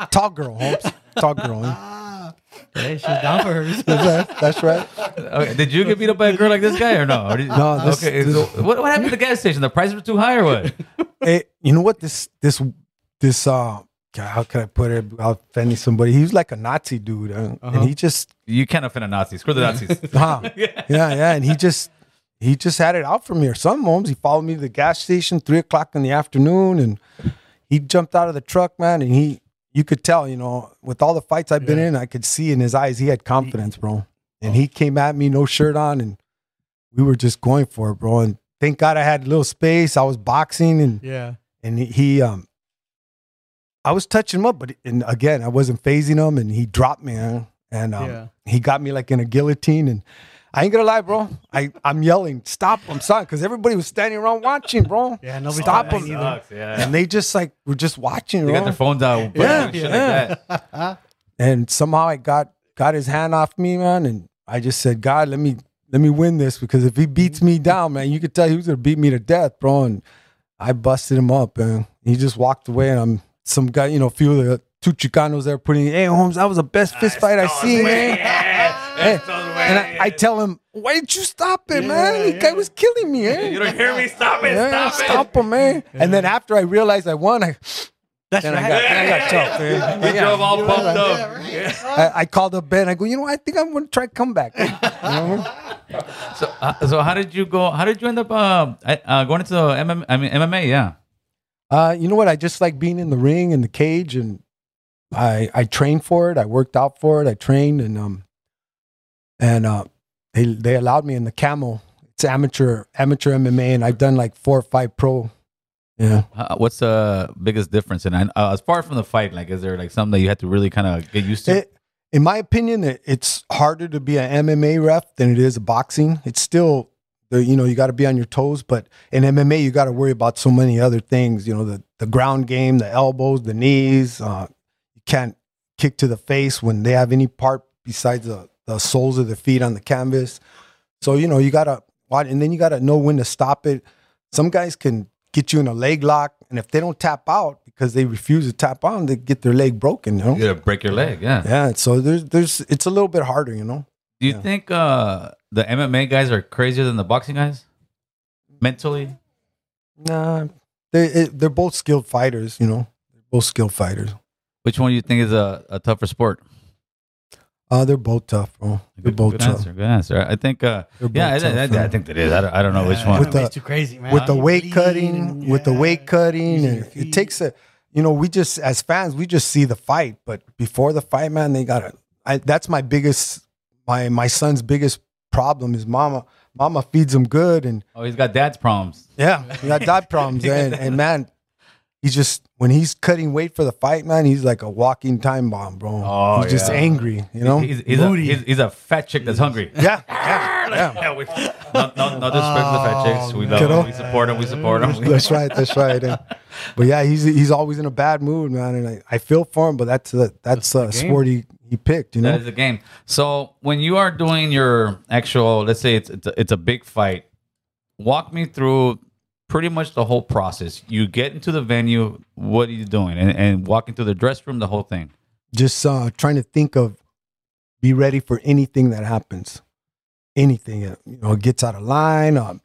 Tall girl, Holmes. Tall girl. huh?
Hey, she's down for hers.
That's right. That's right.
Okay, did you get beat up by a girl like this guy or no? Or did-
No, this-
okay. so what, what happened to the gas station? The prices were too high or what?
it, you know what this this this uh God, how can I put it without offending somebody? He was like a Nazi dude, uh, and he just
You can't offend a Nazi. Screw the Nazis.
huh, yeah yeah, and he just he just had it out for me or some moments. He followed me to the gas station three o'clock in the afternoon, and he jumped out of the truck, man, and he you could tell, you know, with all the fights I've been in, I could see in his eyes he had confidence, bro, and he came at me no shirt on, and we were just going for it, bro, and. Thank God I had a little space. I was boxing and
Yeah.
and he, he um I was touching him up, but and again, I wasn't phasing him, and he dropped me, man. and um,
Yeah.
he got me like in a guillotine. And I ain't gonna lie, bro, I I'm yelling, stop! I'm sorry, because everybody was standing around watching, bro.
Yeah, nobody
stop
thought
him.
that either.
Sucks, yeah.
And they just like were just watching,
They
bro.
got their phones out.
Yeah,
shit like
yeah.
that.
and somehow I got got his hand off me, man, and I just said, God, let me let me win this because if he beats me down, man, you could tell he was gonna beat me to death, bro. And I busted him up, and he just walked away, and I'm some guy, you know, a few of the two Chicanos that were putting, hey Holmes, that was the best fist fight I seen, man.
That's the way
And
it
I, I
is.
tell him, why didn't you stop it, man? The guy was killing me, eh?
You don't hear me? Stop it!
Yeah,
stop, it!
stop him, man. And then after I realized I won, I
That's
then I
right.
got, then I got choked, man.
You
Yeah.
drove all pumped up.
I, I called up Ben. I go, you know, what? I think I'm going to try comeback. You know?
So, uh, so how did you go? How did you end up uh, uh, going into MMA? I mean, MMA, yeah.
Uh, you know what? I just like being in the ring and the cage, and I I trained for it. I worked out for it. I trained, and um, and uh, they they allowed me in the camel. It's amateur amateur MMA, and I've done like four or five pro. Yeah.
Uh, what's the biggest difference? And uh, as far from the fight, like, is there like something that you had to really kind of get used to?
It, in my opinion, it, it's harder to be an MMA ref than it is a boxing. It's still, the, you know, you got to be on your toes, but in MMA, you got to worry about so many other things. You know, the, the ground game, the elbows, the knees. Uh, you can't kick to the face when they have any part besides the, the soles of their feet on the canvas. So, you know, you got to watch, and then you got to know when to stop it. Some guys can get you in a leg lock, and if they don't tap out because they refuse to tap on, they get their leg broken, you know?
you gotta break your leg, yeah.
Yeah, so there's there's it's a little bit harder, you know.
Do you
Yeah.
think uh, the MMA guys are crazier than the boxing guys? Mentally,
Nah, they it, they're both skilled fighters, you know. They're both skilled fighters.
which one do you think is a, a tougher sport?
Uh, they're both tough, bro. They're
Good,
both
good
tough.
answer. Good answer. I think. Uh,
They're both
yeah, I,
tough,
I, I,
yeah.
think that is. I don't, I don't know which one.
With the-
it's too crazy, man.
With the
You
weight
bleed
cutting,
and-
with the
yeah.
weight cutting,
Using your
and it
feet.
takes a, you know, we just as fans we just see the fight, but before the fight, man, they gotta. I, that's my biggest, my my son's biggest problem is mama. Mama feeds him good, and
oh, he's got dad's problems.
Yeah, he got dot problems, and, and man, he's just when he's cutting weight for the fight, man, he's like a walking time bomb, bro.
Oh,
he's just
yeah.
angry, you know.
He's, he's, a,
Moody.
he's, he's a fat chick that's hungry.
yeah, yeah, yeah.
Yeah, we, no, no, no disrespect to the fat chicks. We love
Kiddo.
them. We support them. We support them.
That's right, that's right. and- but yeah, he's he's always in a bad mood, man, and I, I feel for him. But that's a, that's a sport he, he picked, you know.
That is the game. So when you are doing your actual, let's say it's it's a, it's a big fight, walk me through pretty much the whole process. You get into the venue. What are you doing? And, and walking through the dress room, the whole thing.
just uh, trying to think of be ready for anything that happens anything uh, you know gets out of line um,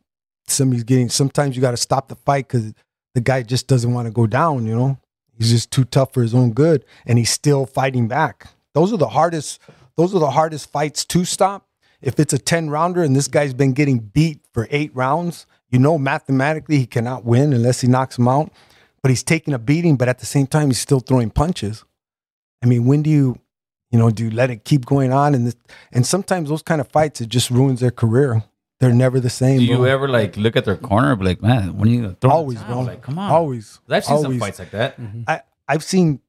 somebody's getting sometimes you got to stop the fight because the guy just doesn't want to go down you know he's just too tough for his own good and he's still fighting back those are the hardest those are the hardest fights to stop if it's a 10 rounder and this guy's been getting beat for eight rounds you know mathematically he cannot win unless he knocks him out but he's taking a beating but at the same time he's still throwing punches I mean, when do you, you know, do you let it keep going on? And this, and sometimes those kind of fights it just ruins their career. They're never the same.
Do you
bro.
ever like look at their corner and be like, man, when are you gonna throw in the
always,
towel?
bro.
Like, come on.
Always.
I've seen some
always. Mm-hmm.
fights like that.
I I've seen,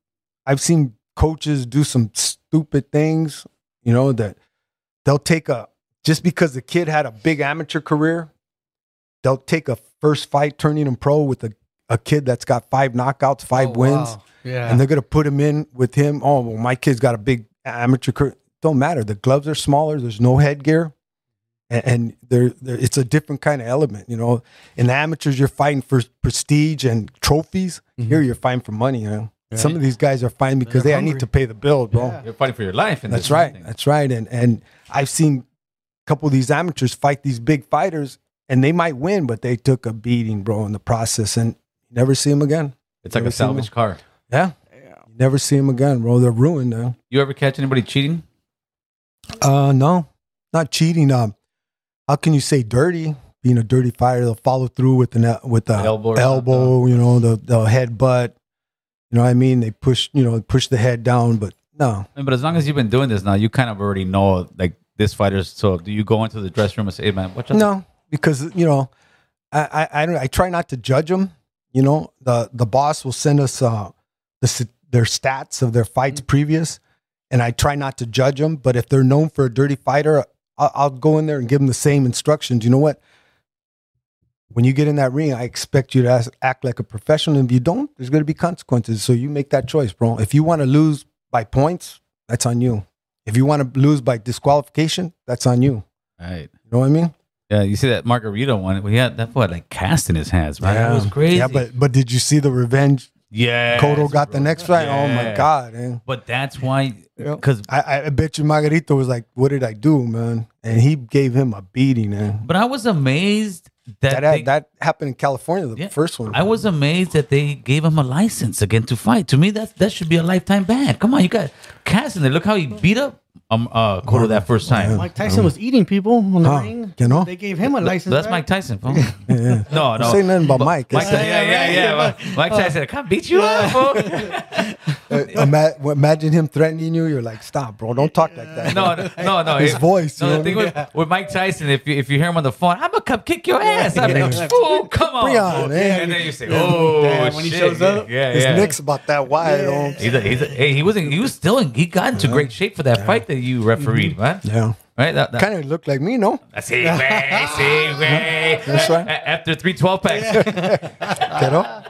I've seen coaches do some stupid things. You know that they'll take a just because the kid had a big amateur career, they'll take a first fight turning him pro with a, a kid that's got five knockouts, five
Oh,
wins.
wow. Yeah.
and they're gonna put him in with him. Oh well, my kid's got a big amateur. Cur- don't matter. The gloves are smaller. There's no headgear, and, and there, there- it's a different kind of element. You know, in the amateurs, you're fighting for prestige and trophies. Here, you're fighting for money. You know, some of these guys are fighting because they
Mm-hmm. They're
I need
hungry.
to pay the bill, bro.
Yeah.
You're fighting for your life. And
That's right. That's right. And and I've seen a couple of these amateurs fight these big fighters, and they might win, but they took a beating, bro, in the process, and never see them again.
It's like
Never
a
seen
salvage
them.
car.
Yeah. You never see them again, bro. They're ruined. Though.
You ever catch anybody cheating?
Uh, no, not cheating. Um, how can you say dirty? Being a dirty fighter, they'll follow through with an el- with the
Elbow or
elbow, you know, the the headbutt. You know what I mean? They push, you know, push the head down, but no,
I mean, But as long as you've been doing this now, you kind of already know like this fighter's. So do you go into the dressing room and say, hey, man, watch out?
no, because you know, I I I, don't, I try not to judge them. You know, the the boss will send us uh the st- their stats of their fights previous, and I try not to judge them. But if they're known for a dirty fighter, I'll, I'll go in there and give them the same instructions. You know what? When you get in that ring, I expect you to ask, act like a professional. If you don't, there's going to be consequences. So you make that choice, bro. If you want to lose by points, that's on you. If you want to lose by disqualification, that's on you.
All right.
You know what I mean?
Yeah, you see that margarita one? We had that boy had, like cast in his hands, man. That was crazy.
Yeah, but but did you see the revenge?
yeah,
Cotto got the next fight. Oh
Yeah.
my god, man.
But that's why,
Yep.
because
I, I bet you Margarito was like, "What did I do, man?" And he gave him a beating, man.
but I was amazed that
That that,
they-
happened in California, the
Yeah.
first one.
I was amazed that they gave him a license again to fight. To me, that that should be a lifetime ban. Come on, you got cast in there. Look how he beat up um uh Cotto that first time.
Mike Tyson was eating people on the
Huh,
ring.
Ah, you know?
they gave him a license.
That's
right?
Mike Tyson. fool. No, no.
Say nothing about Mike.
Mike Tyson,
It's-
yeah, yeah, yeah. Mike Tyson, come beat you up. fool."
uh, ima- imagine him threatening you. You're like, "Stop, bro! Don't talk like that."
No, no, no, no.
His voice,
No,
you
the
know
thing
what I
with, with Mike Tyson, if you if you hear him on the phone, I'm gonna come kick your ass. I'm like, fool, come on,
Bring on,
fool."
eh?
and then you say, oh,
Damn, when he
shit.
shows up,
yeah,
His
yeah.
nick's about that wide. oh.
He's a, he's a, hey, he wasn't. He was still. In, he got into great shape for that fight that you refereed, man.
Mm-hmm. Yeah,
Right. That, that,
kind of looked like me, no?
See, way, see, way.
That's right.
A- After three twelve packs. Ah.
You know?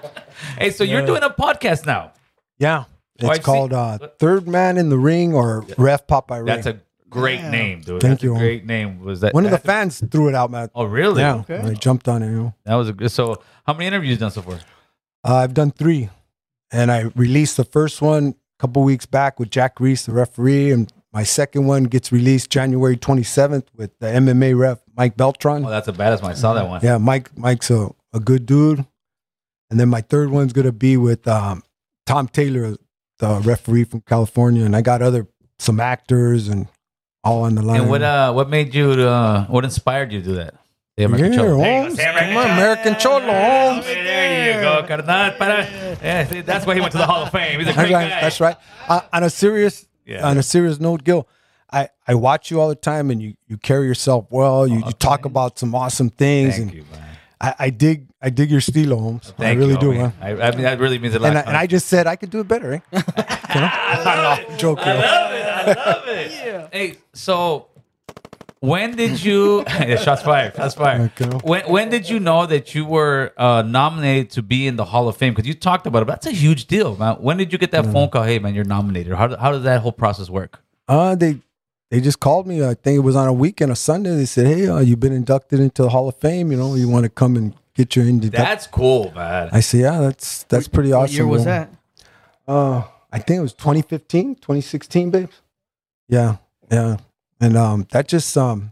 Hey, so you're doing a podcast now.
Yeah,
Oh, I
it's
see.
called uh, Third Man in the Ring or Ref Popeye Ring.
That's a great name, dude.
Thank
That's a
you.
great name. Was that
one of the
that-
fans threw it out, man.
Oh, really?
Yeah, and I jumped on it. You know?
That was a good. So, how many interviews done so far?
Uh, I've done three, and I released the first one a couple weeks back with Jack Reese, the referee, and my second one gets released January 27th with the MMA ref Mike Beltran.
Oh, that's a badass one. I saw that one.
yeah, Mike Mike's a, a good dude, and then my third one's gonna be with um, Tom Taylor, the referee from California, and I got other some actors and all on the line.
And what uh, what made you uh, what inspired you to do that? The
yeah,
American Cholo. There you go.
Holmes.
Say American
Come on,
Cholo.
American Cholo. Holmes.
Hey, There you go, carnal. Para- uh, Yeah, see, that's why he went to the Hall of Fame. He's a
That's
great
right.
guy.
That's right. Uh, on a serious,
Yeah.
on a serious note, Gil, I, I watch you all the time, and you, you carry yourself well. You, you talk about some awesome things,
Thank
and
you, man.
I, I dig I dig your stilo, Holmes. I
Thank
really
you,
do,
homie.
man.
I, I mean, that really means a lot.
And I, and I just said I could do it better, eh? You know? Joke, Gil.
hey, so when did you? yeah, shots fired. Shots fired.
Okay.
When when did you know that you were uh, nominated to be in the Hall of Fame? Because you talked about it. But that's a huge deal, man. When did you get that phone call? Hey, man, you're nominated. How do- how does that whole process work?
Uh, they they just called me. I think it was on a weekend, a Sunday. They said, "Hey, uh, you've been inducted into the Hall of Fame. You know, you want to come and get your induction."
That's cool, man.
I said, "Yeah, that's that's pretty awesome."
What year was
Gil."
that?
uh i think it was 2015 2016 babe yeah yeah and um that just um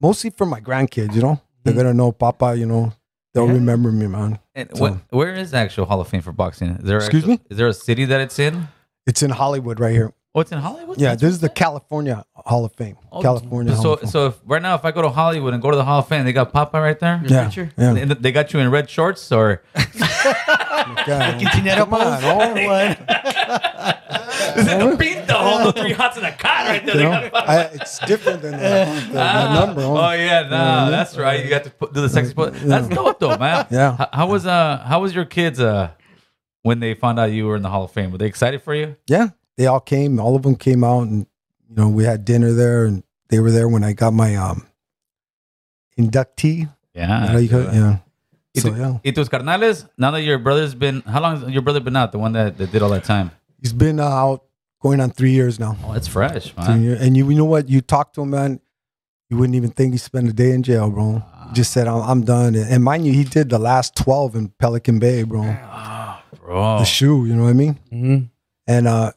mostly for my grandkids you know they're gonna know papa you know they'll
Mm-hmm. Yeah.
remember me man
And
So-
wh- where is the actual Hall of Fame for boxing? Is there
Excuse
actual-
me?
Is there a city that it's in?
it's in hollywood right here
Oh, it's in Hollywood.
yeah
That's
this is the
where it's
california hall of fame
at? Oh,
california Hall
So
of Fame.
so if, right now, if I go to Hollywood and go to the Hall of Fame, they got Popeye right there.
yeah,
picture?
yeah.
And They got you in red shorts, or
God.
Quinceañera
Come on,
pose?
oh, you
is it the pinto? All the three hots in a cot right there. They
know,
got Popeye.
I, it's different than the, the, the number. huh?
Oh yeah, no, that's right. You got to put, do the sexy pose. That's dope, though, man.
Yeah.
How, how was uh how was your kids uh when they found out you were in the Hall of Fame? Were they excited for you?
yeah, they all came. All of them came out, and you know we had dinner there, and they were there when I got my um inductee.
Yeah.
You know, you could- yeah.
It-
So yeah,
Y tus carnales, now that your brother's been, how long has your brother been out? The one that, that did all that time?
he's been uh, out going on three years now.
Oh, it's fresh,
Three
man.
year- and you, you know what? You talk to him, man. You wouldn't even think he spent a day in jail, bro. He just said, "I'm, I'm done." And mind you, he did the last twelve in Pelican Bay, bro.
Bro.
The shoe, you know what I mean?
Mhm.
And uh,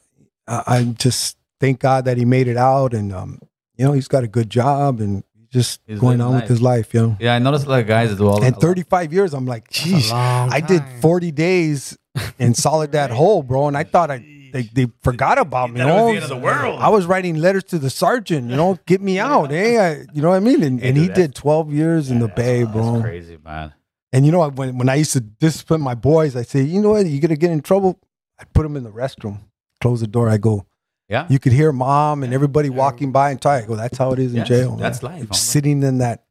I, I just thank God that he made it out, and um, you know, he's got a good job, and just
He's
going
living
on
life.
with his life, you know.
Yeah, I noticed a lot of guys do all
And
that.
35 years, I'm like, jeez,
long
I did
time.
40 days and solid that hole, bro. And I thought I they, they forgot about me.
That
you
was
know?
the end of the world.
I was writing letters to the sergeant, you know, get me out, eh? I, you know what I mean? And,
Hey,
and
dude,
he
that's-
did 12 years in the Bay,
That's
bro.
crazy, man.
And you know, when when I used to discipline my boys, I say, you know what, you're gonna get in trouble. I put them in the restroom, close the door. I go.
Yeah.
You could hear mom and everybody walking by and talking. I go, that's how it is in
Yes,
jail.
that's
man.
life,
You're
homie.
Sitting in that,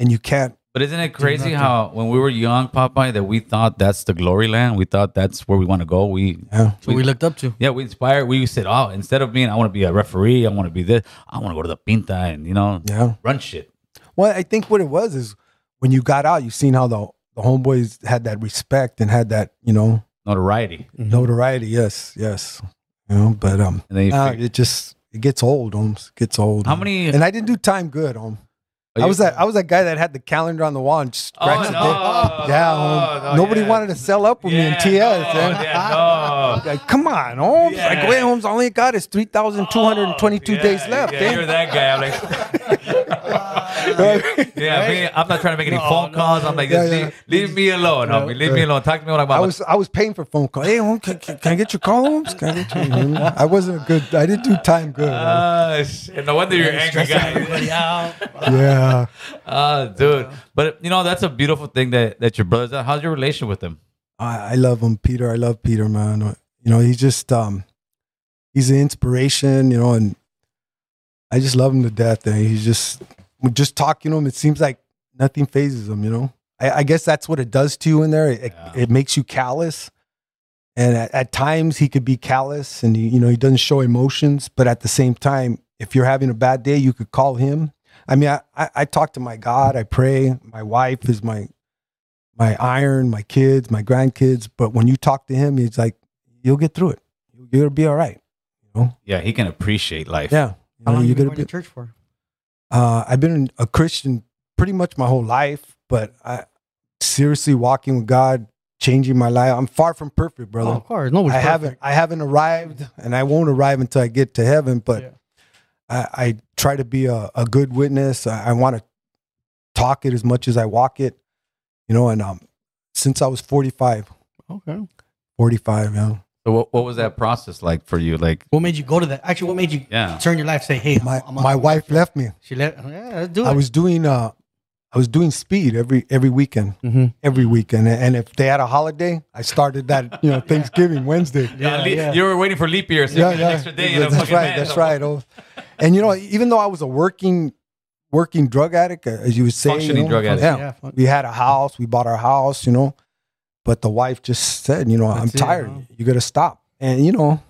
and you can't.
But But isn't it crazy how when we were young, Popeye, that we thought that's the glory land? We thought that's where we want to go. We
Yeah.
What we looked up to.
yeah, we inspired. We said, oh, instead of being, I want to be a referee. I want to be this. I want to go to the pinta and you know
Yeah.
run shit.
Well, I think what it was is when you got out, you seen how the the homeboys had that respect and had that you know
Notoriety,
notoriety. Yes, yes. You know, but um,
and then you
nah,
figure-
it just it gets old, Holmes. Gets old.
how
Holmes.
many?
And I didn't do time good, Holmes.
are
I
you-
was that I was that guy that had the calendar on the wall and just
Oh,
scratched
no,
the
no,
dick. Yeah, Holmes.
no,
nobody
yeah.
wanted to sell up with me in
Yeah,
TS.
no,
eh?
yeah, no.
Like, come on, Holmes.
Yeah.
Like, wait, Holmes, I only got is 3,222
Oh,
days
yeah,
left.
Yeah,
eh?
you're that guy. I'm like, yeah, I mean, I'm not trying to make any phone calls. I'm like,
Yeah,
just
yeah.
leave, leave me alone, homie. Leave me alone. Talk to me when I'm
I
about.
was I was paying for phone calls. Hey, Holmes, can, can, can I get your call, Holmes? Can I get your? you know? I wasn't a good. I didn't do time good. Holmes.
Ah, shit. No wonder you're an angry guy.
Everybody out.
yeah.
Ah, dude. But you know, that's a beautiful thing that that your brother's at. How's your relation with him?
I, I love him, Peter. I love Peter, man. You know, he's just um, he's an inspiration. You know, and I just love him to death. And he's just with just talking to him. It seems like nothing phases him. You know, I, I guess that's what it does to you in there. It,
Yeah.
it, makes you callous. And at, at times he could be callous, and he, you know he doesn't show emotions. But at the same time, if you're having a bad day, you could call him. I mean, I, I, I talk to my God. I pray. My wife is my my iron, my kids, my grandkids. But when you talk to him, he's like, "You'll get through it. You'll be all right."
Yeah, he can appreciate life.
Yeah. You
How
know,
long you
you're
been
gonna
going to
be-
church for?
uh, I've been a Christian pretty much my whole life, but I seriously walking with God, changing my life. I'm far from perfect,
Oh,
brother.
of course, no,
I haven't. I haven't arrived, and I won't arrive until I get to heaven. But
Yeah.
I, I try to be a, a good witness. I, I want to talk it as much as I walk it, you know. And um, since I was 45,
Okay.
45, you know,
So what, what was that process like for you? Like,
What made you go to that? Actually, what made you
yeah.
turn your life? Say, hey,
my
I'm on-
my wife left me.
She left. Yeah, let's do it.
I was doing uh, I was doing speed every every weekend,
Mm-hmm.
every weekend. And if they had a holiday, I started that you know Thanksgiving Wednesday.
Yeah, le- You were waiting for leap year, so you get an extra day. in a
That's
fucking
right.
man.
That's right. Oh, and you know, even though I was a working working drug addict, uh, as you would say, you
Functioning
know,
drug addict.
yeah,
Yeah, fuck.
we had a house, we bought our house, you know, but the wife just said, you know, I'm
That's it,
tired.
huh?
You got to stop. And you know,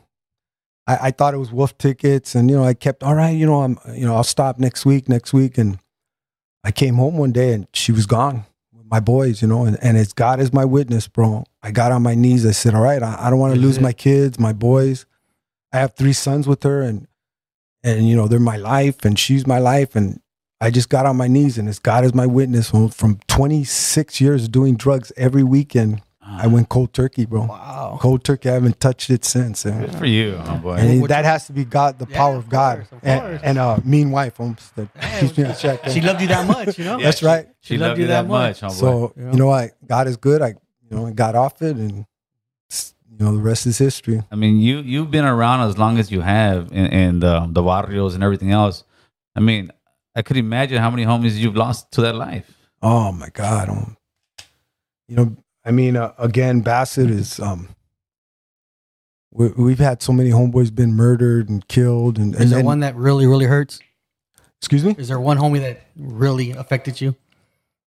I, I thought it was wolf tickets, and you know, I kept all right. You know, I'm you know, I'll stop next week, next week, and I came home one day and she was gone with my boys, you know, and, and as God is my witness, bro, I got on my knees. I said, all right, I, I don't want to
That's
lose
it.
my kids, my boys. I have three sons with her, and and you know they're my life, and she's my life, and I just got on my knees, and as God is my witness, from, from 26 years of doing drugs every weekend, I
Uh-huh.
went cold turkey, bro.
Wow.
Cold turkey. I haven't touched it since. And,
Good for you, homeboy.
and
What
that has to be God, the
Yeah,
power
of
of God,
course, of course.
and, and uh, mean wife, homes that
Yeah,
keeps me in check.
She loved you that much, you know?
Yeah.
That's right.
She, loved you that much, homeboy.
So you know, I God is good. I you know I got off it, and s- you know the rest is history.
I mean, you you've been around as long as you have, and, and um, the barrios and everything else. I mean, I could imagine how many homies you've lost to that life.
Oh my God. Um, you know, I mean, uh, again, Bassett is, um, we, we've had so many homeboys been murdered and killed. And,
Is
and
there
then-
one that really, really hurts?
excuse me,
Is there one homie that really affected you?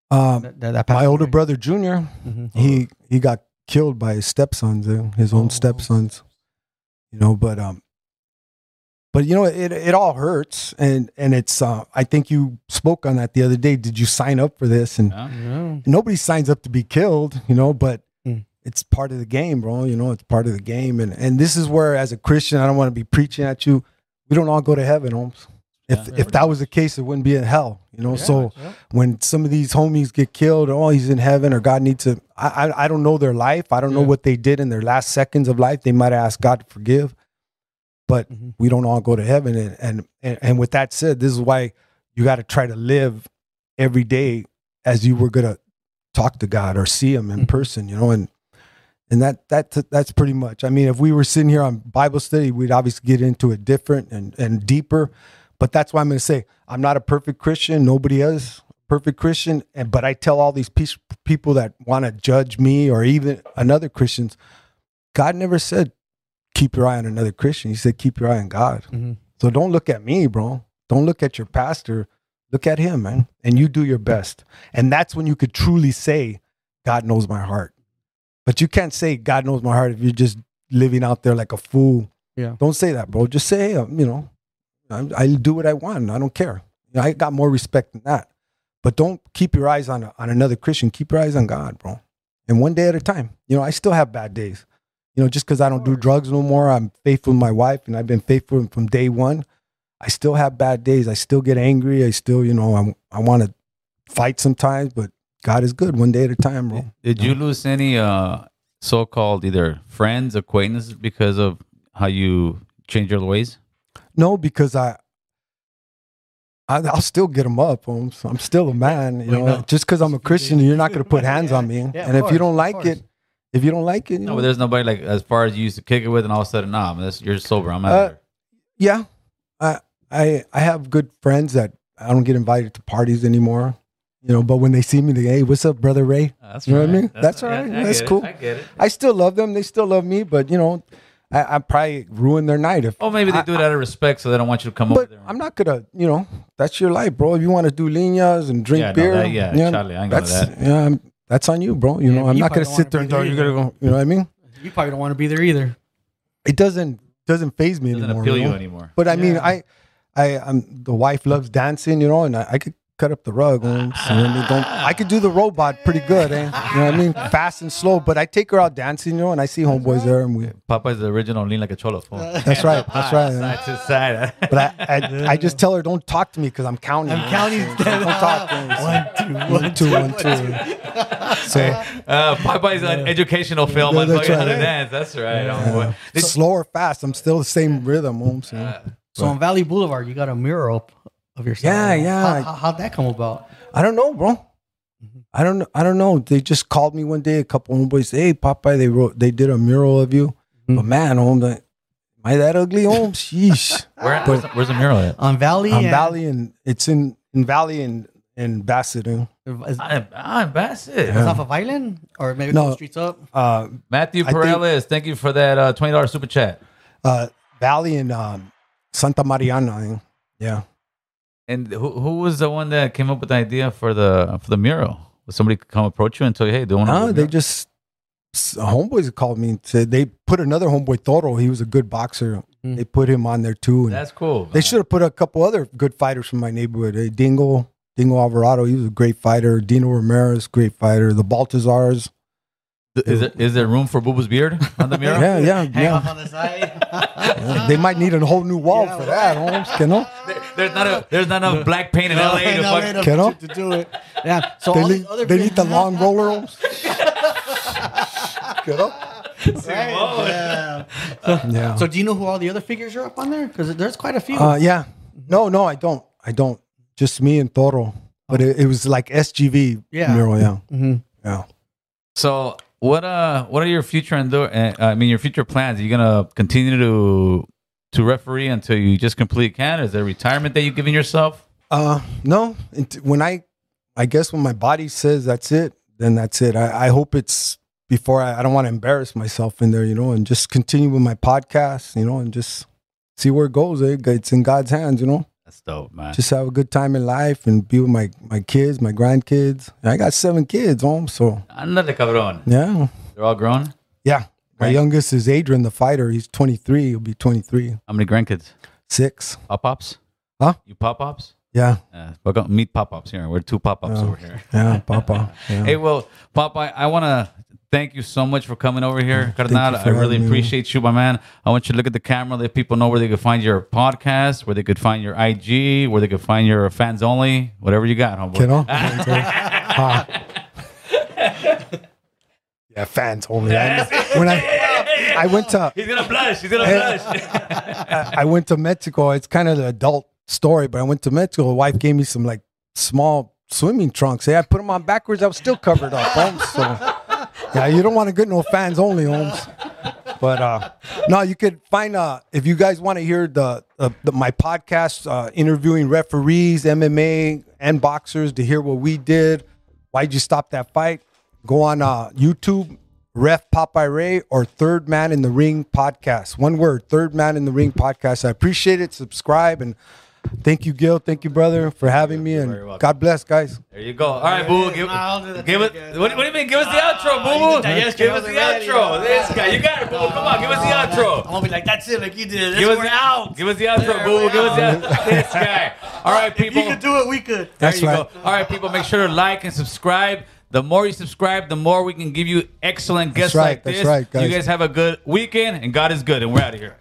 um,
That, that, that
my
passed
older
away?
brother, Junior,
Mm-hmm.
Mhm.
he, he got killed by his stepsons, uh, his
Oh.
own stepsons, you know, but, um, but you know, it, it all hurts. And, and it's, uh, I think you spoke on that the other day. Did you sign up for this?
Uh,
And
Huh?
No.
nobody signs up to be killed, you know, but
Mm.
it's part of the game, bro. You know, it's part of the game. And and this is where as a Christian, I don't want to be preaching at you. We don't all go to heaven, Holmes. If
Yeah.
if that was the case, it wouldn't be in hell. You know,
Yeah,
Oh, so
yeah.
when some of these homies get killed, oh, he's in heaven or God needs to I I, I don't know their life. I don't know
Yeah.
what they did in their last seconds of life. They might ask God to forgive. But
Mhm.
we don't all go to heaven. And and and, and with that said, this is why you got to try to live every day as you were gonna talk to God or see Him in
Mhm.
person, you know, and and that that that's pretty much. I mean, if we were sitting here on Bible study, we'd obviously get into it different and and deeper. But that's why I'm gonna say I'm not a perfect Christian. Nobody is a perfect Christian, and but I tell all these peace, people that want to judge me or even another Christians, God never said keep your eye on another
Mm-hmm.
Christian. He said keep your eye on God.
Mhm.
So don't look at me, bro. Don't look at your pastor. Look at him, man. And you do your best. And that's when you could truly say, God knows my heart. But you can't say God knows my heart if you're just living out there like a fool.
Yeah.
Don't say that, bro. Just say, hey, um, you know, I, I do what I want. I don't care. You know, I got more respect than that. But don't keep your eyes on on another Christian. Keep your eyes on God, bro. And one day at a time. You know, I still have bad days. You know, just because I don't do drugs no more, I'm faithful to my wife, and I've been faithful from day one. I still have bad days. I still get angry. I still, you know, I'm, I want to fight sometimes. But God is good, one day at a time, bro.
Did you lose any uh, so-called either friends, acquaintances because of how you changed your ways?
No, because I, I I'll still get them up. I'm, I'm still a man, you
We
know.
know.
Just because I'm a Christian, you're not going to put hands on me.
Yeah, of
and if
course,
you don't
of
like
course.
it, if you don't like it, you
No,
know,
but there's nobody like as far as you used to kick it with, and all of a sudden, nah, man, that's, you're sober. I'm out
Uh,
of here.
yeah, I I I have good friends that I don't get invited to parties anymore, you know. But when they see me, they hey, what's up, brother Ray?
Uh, That's
you know what I
right.
mean? That's all
yeah,
right.
I
That's
get it.
cool.
I get it.
I still love them. They still love me, but you know, I, I probably ruin their night if.
Oh, maybe they do it out of respect, so they don't want you to come over
But
there.
I'm not gonna, you know, that's your life, bro. If you want to do linas and drink
Yeah, no,
beer,
that- yeah,
you know,
Charlie, I ain't gonna
that's
that.
yeah, I'm, that's on you, bro. You
Yeah,
know, I'm
you
not
probably
gonna
don't
sit there
wanna
and
be
tell you
there
gotta go. You know what I mean?
You probably don't want to be there either.
It doesn't doesn't phase me
doesn't
anymore.
appeal
you
you
know?
anymore.
But I mean,
Yeah.
I, I, I'm the wife loves dancing, you know, and I, I could cut up the rug. you know, so I mean, don't- I could do the robot pretty good, eh? You know what I mean? Fast and slow. But I take her out dancing, you know, and I see homeboys there, and we.
Popeye's the original lean like a cholo. fool.
That's right. That's right. eh?
Side to side.
But I, I, I just tell her don't talk to me because I'm counting.
I'm counting.
So don't talk to me. So-
One, two, one, two.
So
Uh, Popeye's an educational film on
that's
fucking how to
right.
dance. That's right. Oh, homeboy. Did-
slow or fast, I'm still the same rhythm. Holmes, you know?
So on Valley Boulevard, you got a mural up of yourself.
Yeah, yeah.
How, how, how'd that come about?
I don't know, bro.
Mm-hmm.
I don't. I don't know. They just called me one day. A couple homeboys, say, hey Popeye, they wrote, they did a mural of you.
Mm-hmm.
But man, oh, home, am I that ugly? Home, sheesh.
Where, where's, the, where's the mural at?
On Valley.
I'm
and-
Valley, and it's in, in Valley and and Bassett. eh?
Is, is
I'm, I'm Bassett.
off of Island or maybe no.
No.
streets up?
Uh,
Matthew
I think-
Pareles, thank you for that uh, twenty dollars super chat.
uh, Valley and um, Santa Mariana. eh? Yeah.
And who, who was the one that came up with the idea for the for the mural? Was somebody come approach you and tell you, hey, do you want
No,
to?
Ah, they just s- homeboys called me and said they put another homeboy Toro. He was a good boxer.
Mm.
They put him on there too. And
That's cool.
they should have put a couple other good fighters from my neighborhood. Eh, Dingo, Dingo Alvarado, he was a great fighter. Dino Ramirez, great fighter. The Baltazars.
Is there, is there room for Booba's beard on the mural?
Yeah, yeah,
Hang off
yeah.
on the side.
Yeah. They might need a whole new wall
Yeah,
for that, Holmes. You know,
There- There's not a there's not enough black paint in
No,
LA to
no,
fuck.
no,
Can I?
to do it. Yeah. So
they
all
need,
these other
they
people-
need the long roller Holmes. You know?
Right, yeah.
Yeah.
So do you know who all the other figures are up on there? Because there's quite a few.
Uh, yeah. No, no, I don't. I don't. Just me and Toro. But it, it was like SGV
Yeah.
mural. Yeah.
Mm-hmm.
Mhm.
Yeah.
So what uh what are your future and uh, I mean your future plans? Are you gonna continue to to referee until you just complete Canada? Is there a retirement that you're giving yourself?
Uh, no. It, when I, I guess when my body says that's it, then that's it. I, I hope it's before I, I don't want to embarrass myself in there, you know, and just continue with my podcast, you know, and just see where it goes. eh? It's in God's hands, you know.
That's dope, man.
Just have a good time in life and be with my my kids, my grandkids. And I got seven kids home, so
Andale, cabrón.
yeah,
They're all grown.
yeah. My
Right.
youngest is Adrian, the fighter. He's 23. He'll be 23.
How many grandkids?
Six.
Pop ups?
Huh?
You pop ups?
Yeah,
Uh, we're gonna meet pop ups here. We're two pop ups over here.
yeah, Papa. Yeah.
Hey, well, Popeye, I want to thank you so much for coming over here, Carnal.
you
I
for
really
having me.
appreciate you, my man. I want you to look at the camera, let people know where they could find your podcast, where they could find your IG, where they could find your fans only, whatever you got, homeboy.
You know? Ah. yeah, fans only. I, when I I went to
He's gonna blush. He's gonna
Eh.
blush.
I went to Mexico. It's kind of the adult story, but I went to Mexico. The wife gave me some like small swimming trunks. Hey, I put them on backwards. I was still covered up. Holmes, so yeah, you don't want to get no fans only, Holmes. But uh, no, you could find uh, if you guys want to hear the, uh, the my podcast uh, interviewing referees, MMA, and boxers to hear what we did. Why'd you stop that fight? Go on uh, YouTube, Ref Popeye Ray, or Third Man in the Ring podcast. One word, Third Man in the Ring podcast. I appreciate it. Subscribe and Thank you, Gil. Thank you, brother, for having me.
very welcome.
And God bless, guys.
There you go. All right, boo. Give,
Eh, Nah, I'll do that
give
thing
it.
again.
What, what do you mean? Give us the outro, boo.
did that
boo.
yesterday.
Give
I
us
was
the
ready.
outro. This guy, you got it, boo. Come on, give us the outro.
I'm gonna be like, that's it, like you did.
Give
Give
us-
we're out.
Give us the outro,
There
boo.
we
Give us the outro. This guy. All right,
If
people.
you could do it, we could.
There
That's
you
right.
go. All right, people, make sure to like and subscribe. The more you subscribe, the more we can give you excellent guests
right,
like
that's
this.
right,
You
guys.
guys have a good weekend, and God is good, and we're out of here.